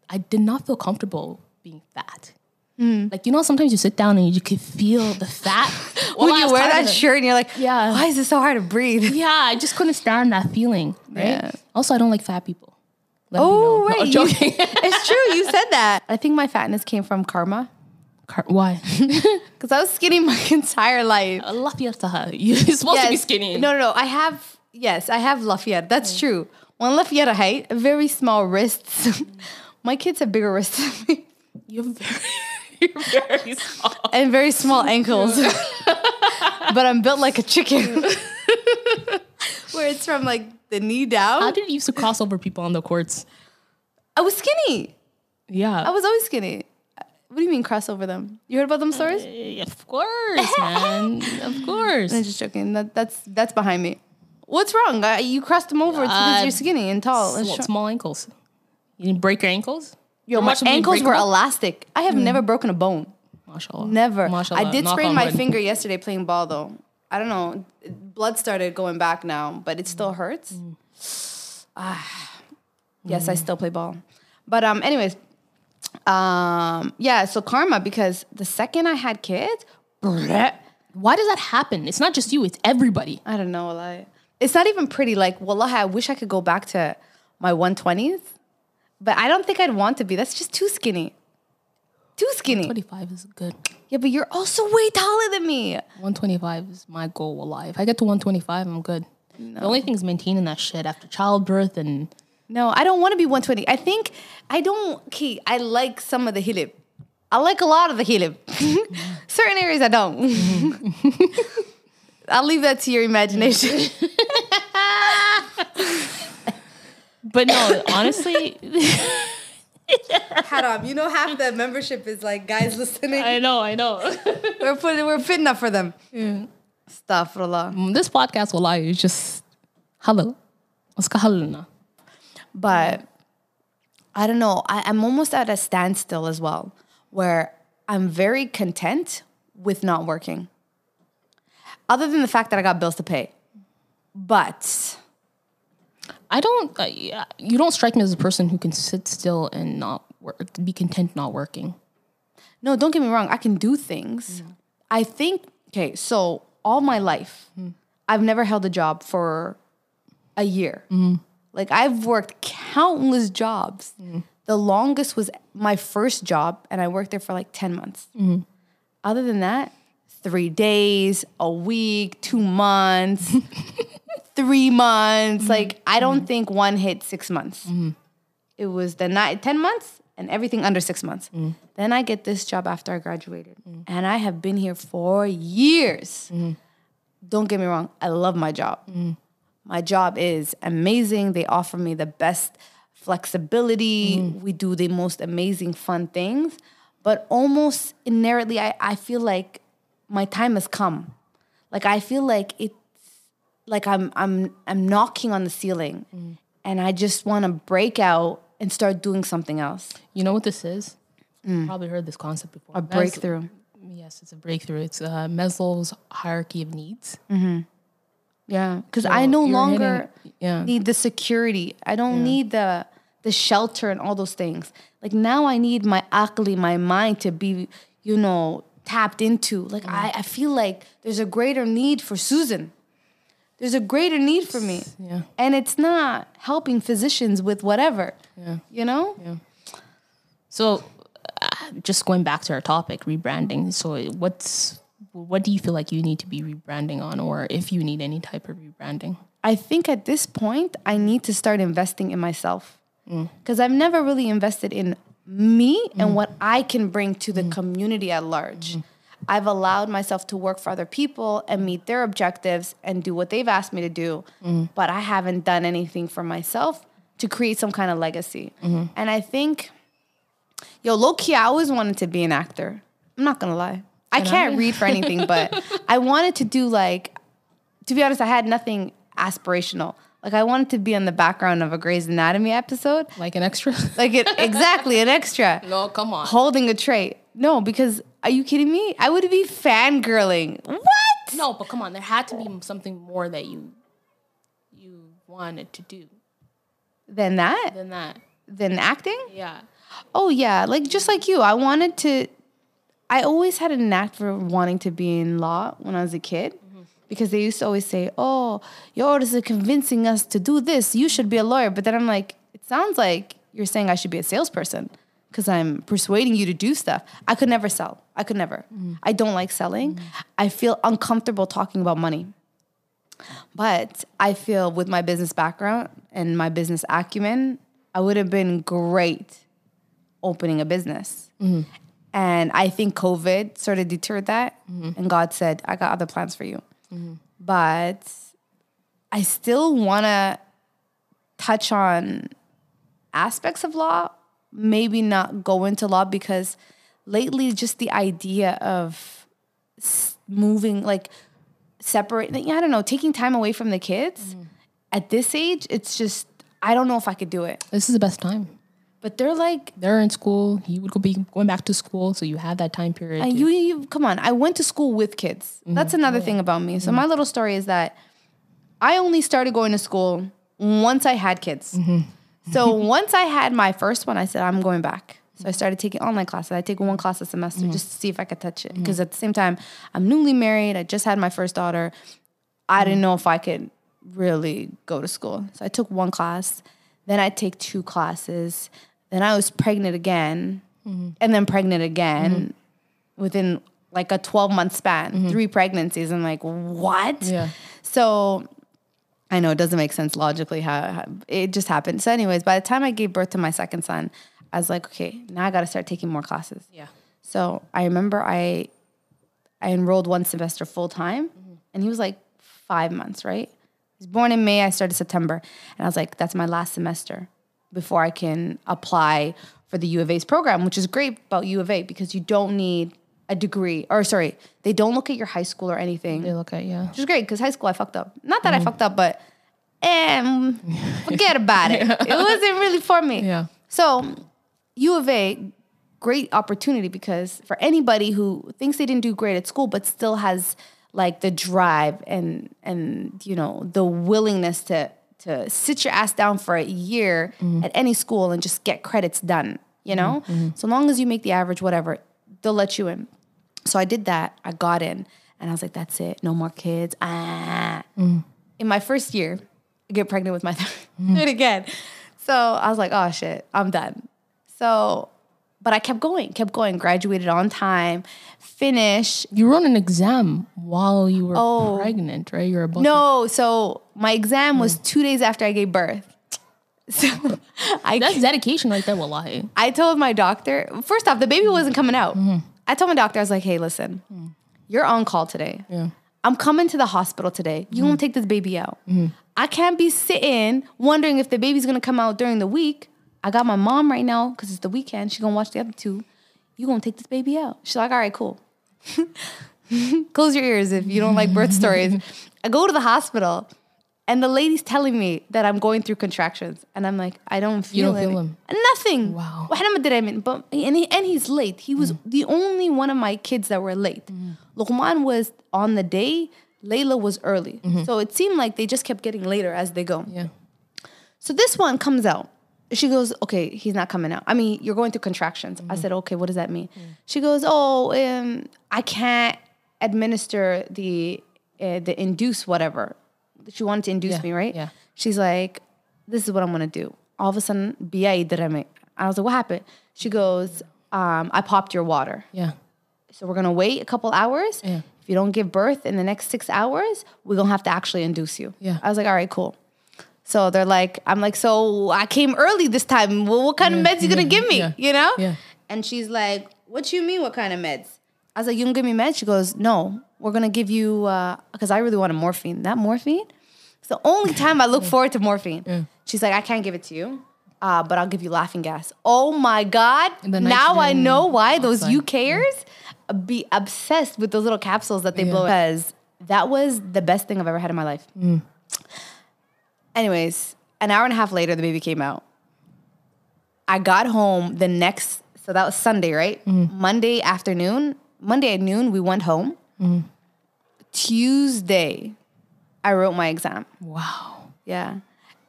C: I did not feel comfortable being fat.
B: Hmm.
C: Like you know, sometimes you sit down and you can feel the fat
B: <laughs>
C: <laughs>
B: when
C: Well, I
B: you
C: was
B: wear
C: tired
B: that
C: of it.
B: shirt and you're like,
C: Yeah.
B: why is it so hard to
C: <laughs>
B: breathe?
C: Yeah, I just couldn't stand that feeling. Right.
B: Yeah.
C: Also, I don't like fat people. Let me
B: Oh,
C: know. No,
B: right.
C: I'm
B: you-
C: joking.
B: <laughs> it's true. You said that. I think my fatness came from karma
C: Car-
B: <laughs>
C: Why?
B: because I was skinny my <laughs> entire life.
C: Lafayette. <laughs> You're supposed to be
B: Yes.
C: skinny.
B: No, no, no. I have yes, I have Lafayette. That's true. One Lafayette height, very small wrists. <laughs> my kids have bigger wrists than me. <laughs>
C: You're very, <laughs> you're very small.
B: and very small ankles. <laughs> but I'm built like a chicken. <laughs> Where it's from like the knee
C: How
B: down.
C: did you used to cross over people on the courts?
B: I was skinny.
C: Yeah.
B: I was always skinny. What do you mean cross over them? You heard about them stories? I'm
C: Eh, of
B: <laughs>
C: course, man. Of course.
B: just joking. That, that's that's behind me. What's wrong? I, you crossed them over. It's because
C: Uh,
B: you're skinny and tall. and
C: Small,
B: strong.
C: small ankles. You didn't break your ankles?
B: Yo,
C: How
B: my
C: much did we
B: ankles
C: break
B: were
C: them?
B: elastic. I have never broken a bone.
C: Mashallah.
B: Never.
C: Mashallah.
B: I did
C: Knock
B: sprain
C: on
B: my
C: wood.
B: finger yesterday playing ball though. I don't know. Blood started going back now, but it still hurts.
C: Mm.
B: Ah. Yes, I still play ball. But um anyways, um yeah, so karma because the second I had kids, bleh,
C: Why does that happen? It's not just you, it's everybody.
B: I don't know, like it's not even pretty. Like, wallahi, I wish I could go back to my 120s, but I don't think I'd want to be. That's just too skinny. Too skinny.
C: 25 is good.
B: Yeah, but you're also way taller than me.
C: 125 is my goal of life. If I get to 125, I'm good. The only thing is maintaining that shit after childbirth and
B: No, I don't want to be 120. I think I don't. Okay, I like some of the hilib. I like a lot of the hilib. <laughs> Certain areas I don't. <laughs> I'll leave that to your imagination.
C: but <laughs> no, honestly,
B: <laughs> Haram, you know half the membership is like guys listening.
C: I know, I know.
B: <laughs> we're putting we're fitting up for them. Stuff, Astaghfirullah.
C: Mm, this podcast will lie, it's just hello. What's kahalna?
B: But I don't know. I, I'm almost at a standstill as well, where I'm very content with not working. Other than the fact that I got bills to pay. But
C: I don't. Uh, yeah, you don't strike me as a person who can sit still and not work, be content not working.
B: No, don't get me wrong. I can do things. I think, okay, so all my life, I've never held a job for a year. Like, I've worked countless jobs. The longest was my first job, and I worked there for like 10 months. Other than that, three days, a week, two months, three months. Like, I don't think one hit six months it was the nine, 10 months and everything under six months. Then I get this job after I graduated. And I have been here for years. Don't get me wrong, I love my job. My job is amazing. They offer me the best flexibility. We do the most amazing, fun things. But almost inherently, I, I feel like my time has come. Like I feel like it's like I'm I'm I'm knocking on the ceiling and I just want to break out and start doing something else.
C: You know what this is? You've Probably heard this concept before.
B: A breakthrough.
C: yes, it's a breakthrough. It's uh, Maslow's hierarchy of needs.
B: Yeah, cuz I no
C: you're
B: longer
C: hitting- yeah.
B: need the security. I don't need the the shelter and all those things. Like now I need my akli, my mind to be, you know, tapped into. Like I, I feel like there's a greater need for Susan. There's a greater need for me.
C: Yeah.
B: And it's not helping physicians with whatever. Yeah. You know?
C: So, uh, just going back to our topic, rebranding. So, what's what do you feel like you need to be rebranding on, or if you need any type of rebranding?
B: I think at this point, I need to start investing in myself because I've never really invested in me and what I can bring to the community at large. I've allowed myself to work for other people and meet their objectives and do what they've asked me to do, but I haven't done anything for myself to create some kind of legacy. And I think, yo, low key, I always wanted to be an actor. I'm not gonna lie. I can't read for anything, but I wanted to do like to be honest, I had nothing aspirational. Like I wanted to be on the background of a Grey's Anatomy episode,
C: Like an extra? <laughs>
B: like it exactly an extra
C: no, come on.
B: holding a tray. No, because are you kidding me? I would be fangirling. What?
C: No, but come on. There had to be something more that you you wanted to do
B: Than that?
C: than that.
B: Than acting?
C: Yeah.
B: Oh yeah, like just like you, I wanted to. I always had a knack for wanting to be in law when I was a kid, because they used to always say, "Oh, your orders are convincing us to do this. You should be a lawyer." But then I'm like, it sounds like you're saying I should be a salesperson because I'm persuading you to do stuff. I could never sell. I could never. I don't like selling. I feel uncomfortable talking about money. But I feel with my business background and my business acumen, I would have been great opening a business. And I think COVID sort of deterred that. And God said, I got other plans for you. But I still want to touch on aspects of law, maybe not go into law because lately, just the idea of s- moving, like separating, I don't know, taking time away from the kids at this age, it's just, I don't know if I could do it.
C: This is the best time.
B: But they're like,
C: They're in school. You would go be going back to school, so you had that time period.
B: And
C: to-
B: you, you come on. I went to school with kids. That's another thing about me. So my little story is that I only started going to school once I had kids. <laughs> So once I had my first one, I said I'm going back. So I started taking online classes. I take one class a semester just to see if I could touch it. Because at the same time, I'm newly married. I just had my first daughter. I didn't know if I could really go to school. So I took one class, then I take two classes, then I was pregnant again, and then pregnant again within like a 12 month span, three pregnancies. I'm like, what?
C: Yeah.
B: So I know it doesn't make sense logically how, how it just happened. So, anyways, by the time I gave birth to my second son, I was like, okay, now I got to start taking more classes.
C: yeah.
B: So I remember I I enrolled one semester full time, and he was like five months, right? He was born in May. I started September, and I was like, that's my last semester before I can apply for the U of A's program, which is great about U of A because you don't need a degree, or sorry, they don't look at your high school or anything
C: They look at yeah.
B: which is great because high school I fucked up. Not that I fucked up, but um, forget about it. It wasn't really for me.
C: Yeah.
B: So U of A, great opportunity because for anybody who thinks they didn't do great at school but still has like the drive and and you know the willingness to to sit your ass down for a year at any school and just get credits done. You know, so long as you make the average, whatever, they'll let you in. So I did that. I got in, and I was like, "That's it. No more kids." Ah. In my first year, I get pregnant with my <laughs> third. do it again. So I was like, "Oh shit, I'm done." So, but I kept going, kept going. Graduated on time. Finish.
C: You wrote an exam while you were
B: Oh.
C: pregnant, right? You're about To,
B: No, so my exam was two days after I gave birth. <laughs> So I
C: that's dedication right there. Wallahi.
B: I told my doctor, first off, the baby wasn't coming out.
C: Mm-hmm.
B: I told my doctor, I was like, hey, listen,
C: Mm.
B: you're on call today. I'm coming to the hospital today. You
C: Mm.
B: won't take this baby out.
C: Mm-hmm.
B: I can't be sitting wondering if the baby's gonna come out during the week. I got my mom right now because it's the weekend. She's gonna watch the other two. You gonna take this baby out. She's like, all right, cool. <laughs> Close your ears if you don't like
C: <laughs>
B: birth stories. I go to the hospital and the lady's telling me that I'm going through contractions. And I'm like, I don't feel
C: don't feel
B: any-
C: them.
B: Nothing.
C: Wow. Mm.
B: وإحنا ما درينا من- But, and, he, and he's late. He was the only one of my kids that were late. Luqman was on the day, Layla was early. So it seemed like they just kept getting later as they go.
C: Mm-hmm. Yeah.
B: So this one comes out. She goes, okay, he's not coming out. I mean, you're going through contractions. I said, okay, what does that mean?
C: Mm.
B: She goes, oh, um, I can't administer the uh, the induce whatever. She wanted to induce
C: Yeah,
B: me, right?
C: yeah.
B: She's like, this is what I'm gonna do. All of a sudden, BI درامي. I was like, what happened? She goes, um, I popped your water.
C: Yeah.
B: So we're gonna wait a couple hours.
C: Yeah.
B: If you don't give birth in the next six hours, we're gonna have to actually induce you.
C: Yeah.
B: I was like, all right, cool. So they're like, I'm like, so I came early this time. Well, what kind of meds you gonna give me?
C: yeah,
B: You know?
C: yeah.
B: And she's like, what you mean? What kind of meds? I was like, you gonna give me meds? She goes, no, we're gonna give you because I really want a morphine. That morphine. It's the only time I
C: <laughs>
B: look forward to morphine.
C: Mm.
B: She's like, I can't give it to you, uh, but I'll give you laughing gas. Oh my god!
C: the
B: Now I
C: nitrogen
B: know why those
C: oxide.
B: UKers be obsessed with those little capsules that they
C: Yeah.
B: blow because that was the best thing I've ever had in my life.
C: Mm.
B: Anyways, an hour and a half later, the baby came out. I got home the next, so that was Sunday, right?
C: Mm.
B: Monday afternoon, Monday at noon, we went home.
C: Mm.
B: Tuesday, I wrote my exam.
C: Wow.
B: Yeah.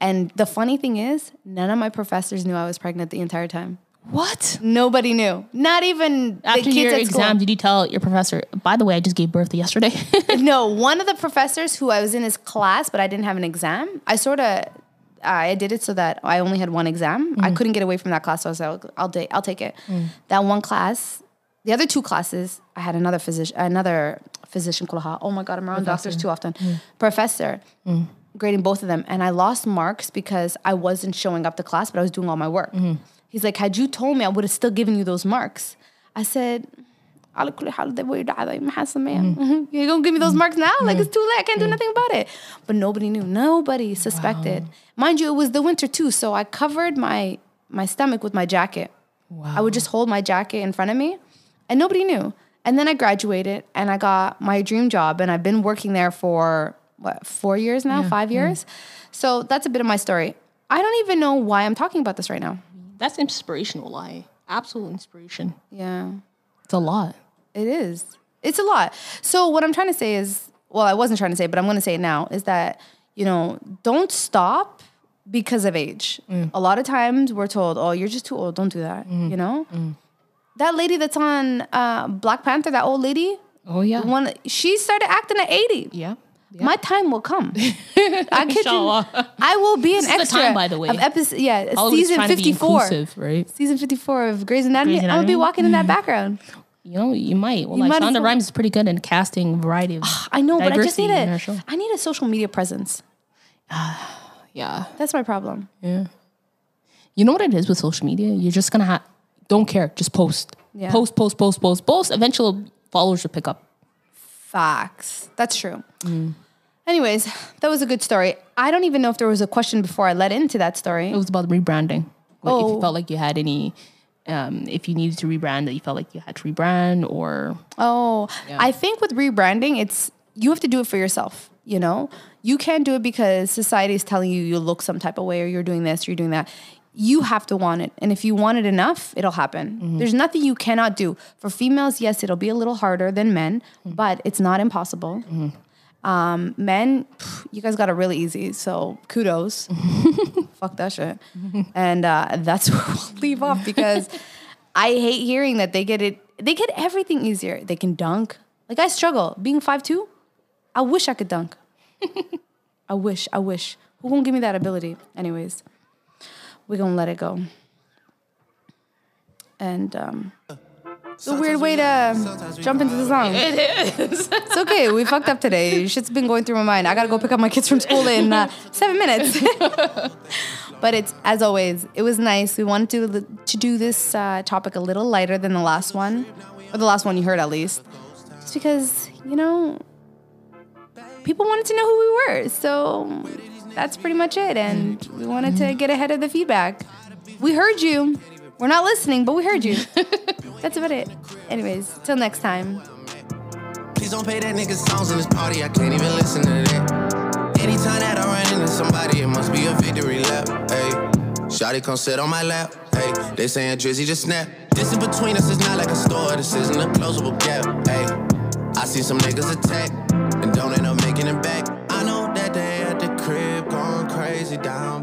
B: And the funny thing is, none of my professors knew I was pregnant the entire time.
C: What?
B: Nobody knew. Not even
C: After
B: the kids
C: your
B: at
C: exam,
B: school.
C: did you tell your professor? By the way, I just gave birth yesterday.
B: <laughs>
C: <laughs>
B: no, one of the professors who I was in his class, but I didn't have an exam. I sort of, I did it so that I only had one exam. I couldn't get away from that class, so I was like, I'll take, I'll take it. That one class, the other two classes, I had another physician, another physician. kulaha. Oh my god, I'm around doctors too often. Professor. Grading both of them, and I lost marks because I wasn't showing up to class, but I was doing all my work. He's like, "Had you told me, I would have still given you those marks." I said, على كل حال they were like محاسمة you're gonna give me those marks now like it's too late I can't do nothing about it but nobody knew nobody suspected mind you it was the winter too so I covered my my stomach with my jacket I would just hold my jacket in front of me and nobody knew and then I graduated and I got my dream job and I've been working there for what four years now five years so that's a bit of my story I don't even know why I'm talking about this right now
C: That's inspirational, lie. Absolute inspiration.
B: yeah
C: It's a lot.
B: It is. It's a lot. So what I'm trying to say is, well, I wasn't trying to say, it, but I'm going to say it now is that you know don't stop because of age.
C: Mm.
B: A lot of times we're told, oh, you're just too old. Don't do that.
C: Mm-hmm.
B: You know. That lady that's on uh, Black Panther, that old lady,
C: Oh yeah.
B: one she started acting at 80.
C: yeah.
B: My time will
C: <laughs>
B: come. I kid you.
C: Inshallah.
B: <laughs> I will be an
C: is the
B: extra.
C: time, by the way.
B: Of episode, yeah,
C: <laughs> Always
B: season
C: trying to be
B: 54.
C: inclusive, right?
B: Season 54 of Grey's Anatomy.
C: Grey's
B: I'm gonna be
C: Anatomy. Mm-hmm.
B: walking in that background.
C: You know, you might. Well,
B: You
C: like
B: might as
C: Shonda
B: well.
C: Rhimes is pretty good in casting variety of.
B: <sighs> I know, but I just
C: diversity
B: need
C: in our
B: a
C: show.
B: I need a social media presence.
C: Yeah.
B: That's my problem.
C: You know what it is with social media? You're just gonna have. Don't care. Just post.
B: Yeah.
C: Post. Post. Post. Post. Post. Eventually, followers will pick up.
B: Facts. That's true. Anyways, that was a good story. I don't even know if there was a question before I led into that story.
C: It was about rebranding. Like If
B: Oh.
C: you felt like you had any, um, if you needed to rebrand, that you felt like you had to rebrand, or
B: Oh, I think with rebranding, it's you have to do it for yourself. You know, you can't do it because society is telling you you look some type of way or you're doing this, you're doing that. You have to want it. And if you want it enough, it'll happen. There's nothing you cannot do. For females, yes, it'll be a little harder than men, but it's not impossible. Um, men, pff, you guys got it really easy. So kudos. Fuck that shit. <laughs> And uh, that's <laughs> where we'll leave off because I hate hearing that they get it. They get everything easier. They can dunk. Like I struggle being 5'2". I wish I could dunk. I wish. I wish. Who gonna give me that ability? Anyways, we're gonna let it go. And um, it's a weird way to um, jump into the song. It's okay. We fucked up today. Shit's been going through my mind. I gotta go pick up my kids from school in uh, seven minutes. <laughs> but it's as always. It was nice. We wanted to to do this uh, topic a little lighter than the last one, or the last one you heard at least, just because you know people wanted to know who we were. So that's pretty much it. And we wanted to get ahead of the feedback. We heard you. We're not listening, but we heard you. that's about it. Anyways, till next time.
A: Please Please don't pay that nigga songs in this party. I can't even listen to that. Anytime that I run into somebody, it must be a victory lap. Hey, Shotty come sit on my lap. Hey, they saying Drizzy just snap. This in between us is not like a store. This isn't a closable gap. Hey, I see some niggas attack and don't end up making it back. I know that they at the crib going crazy down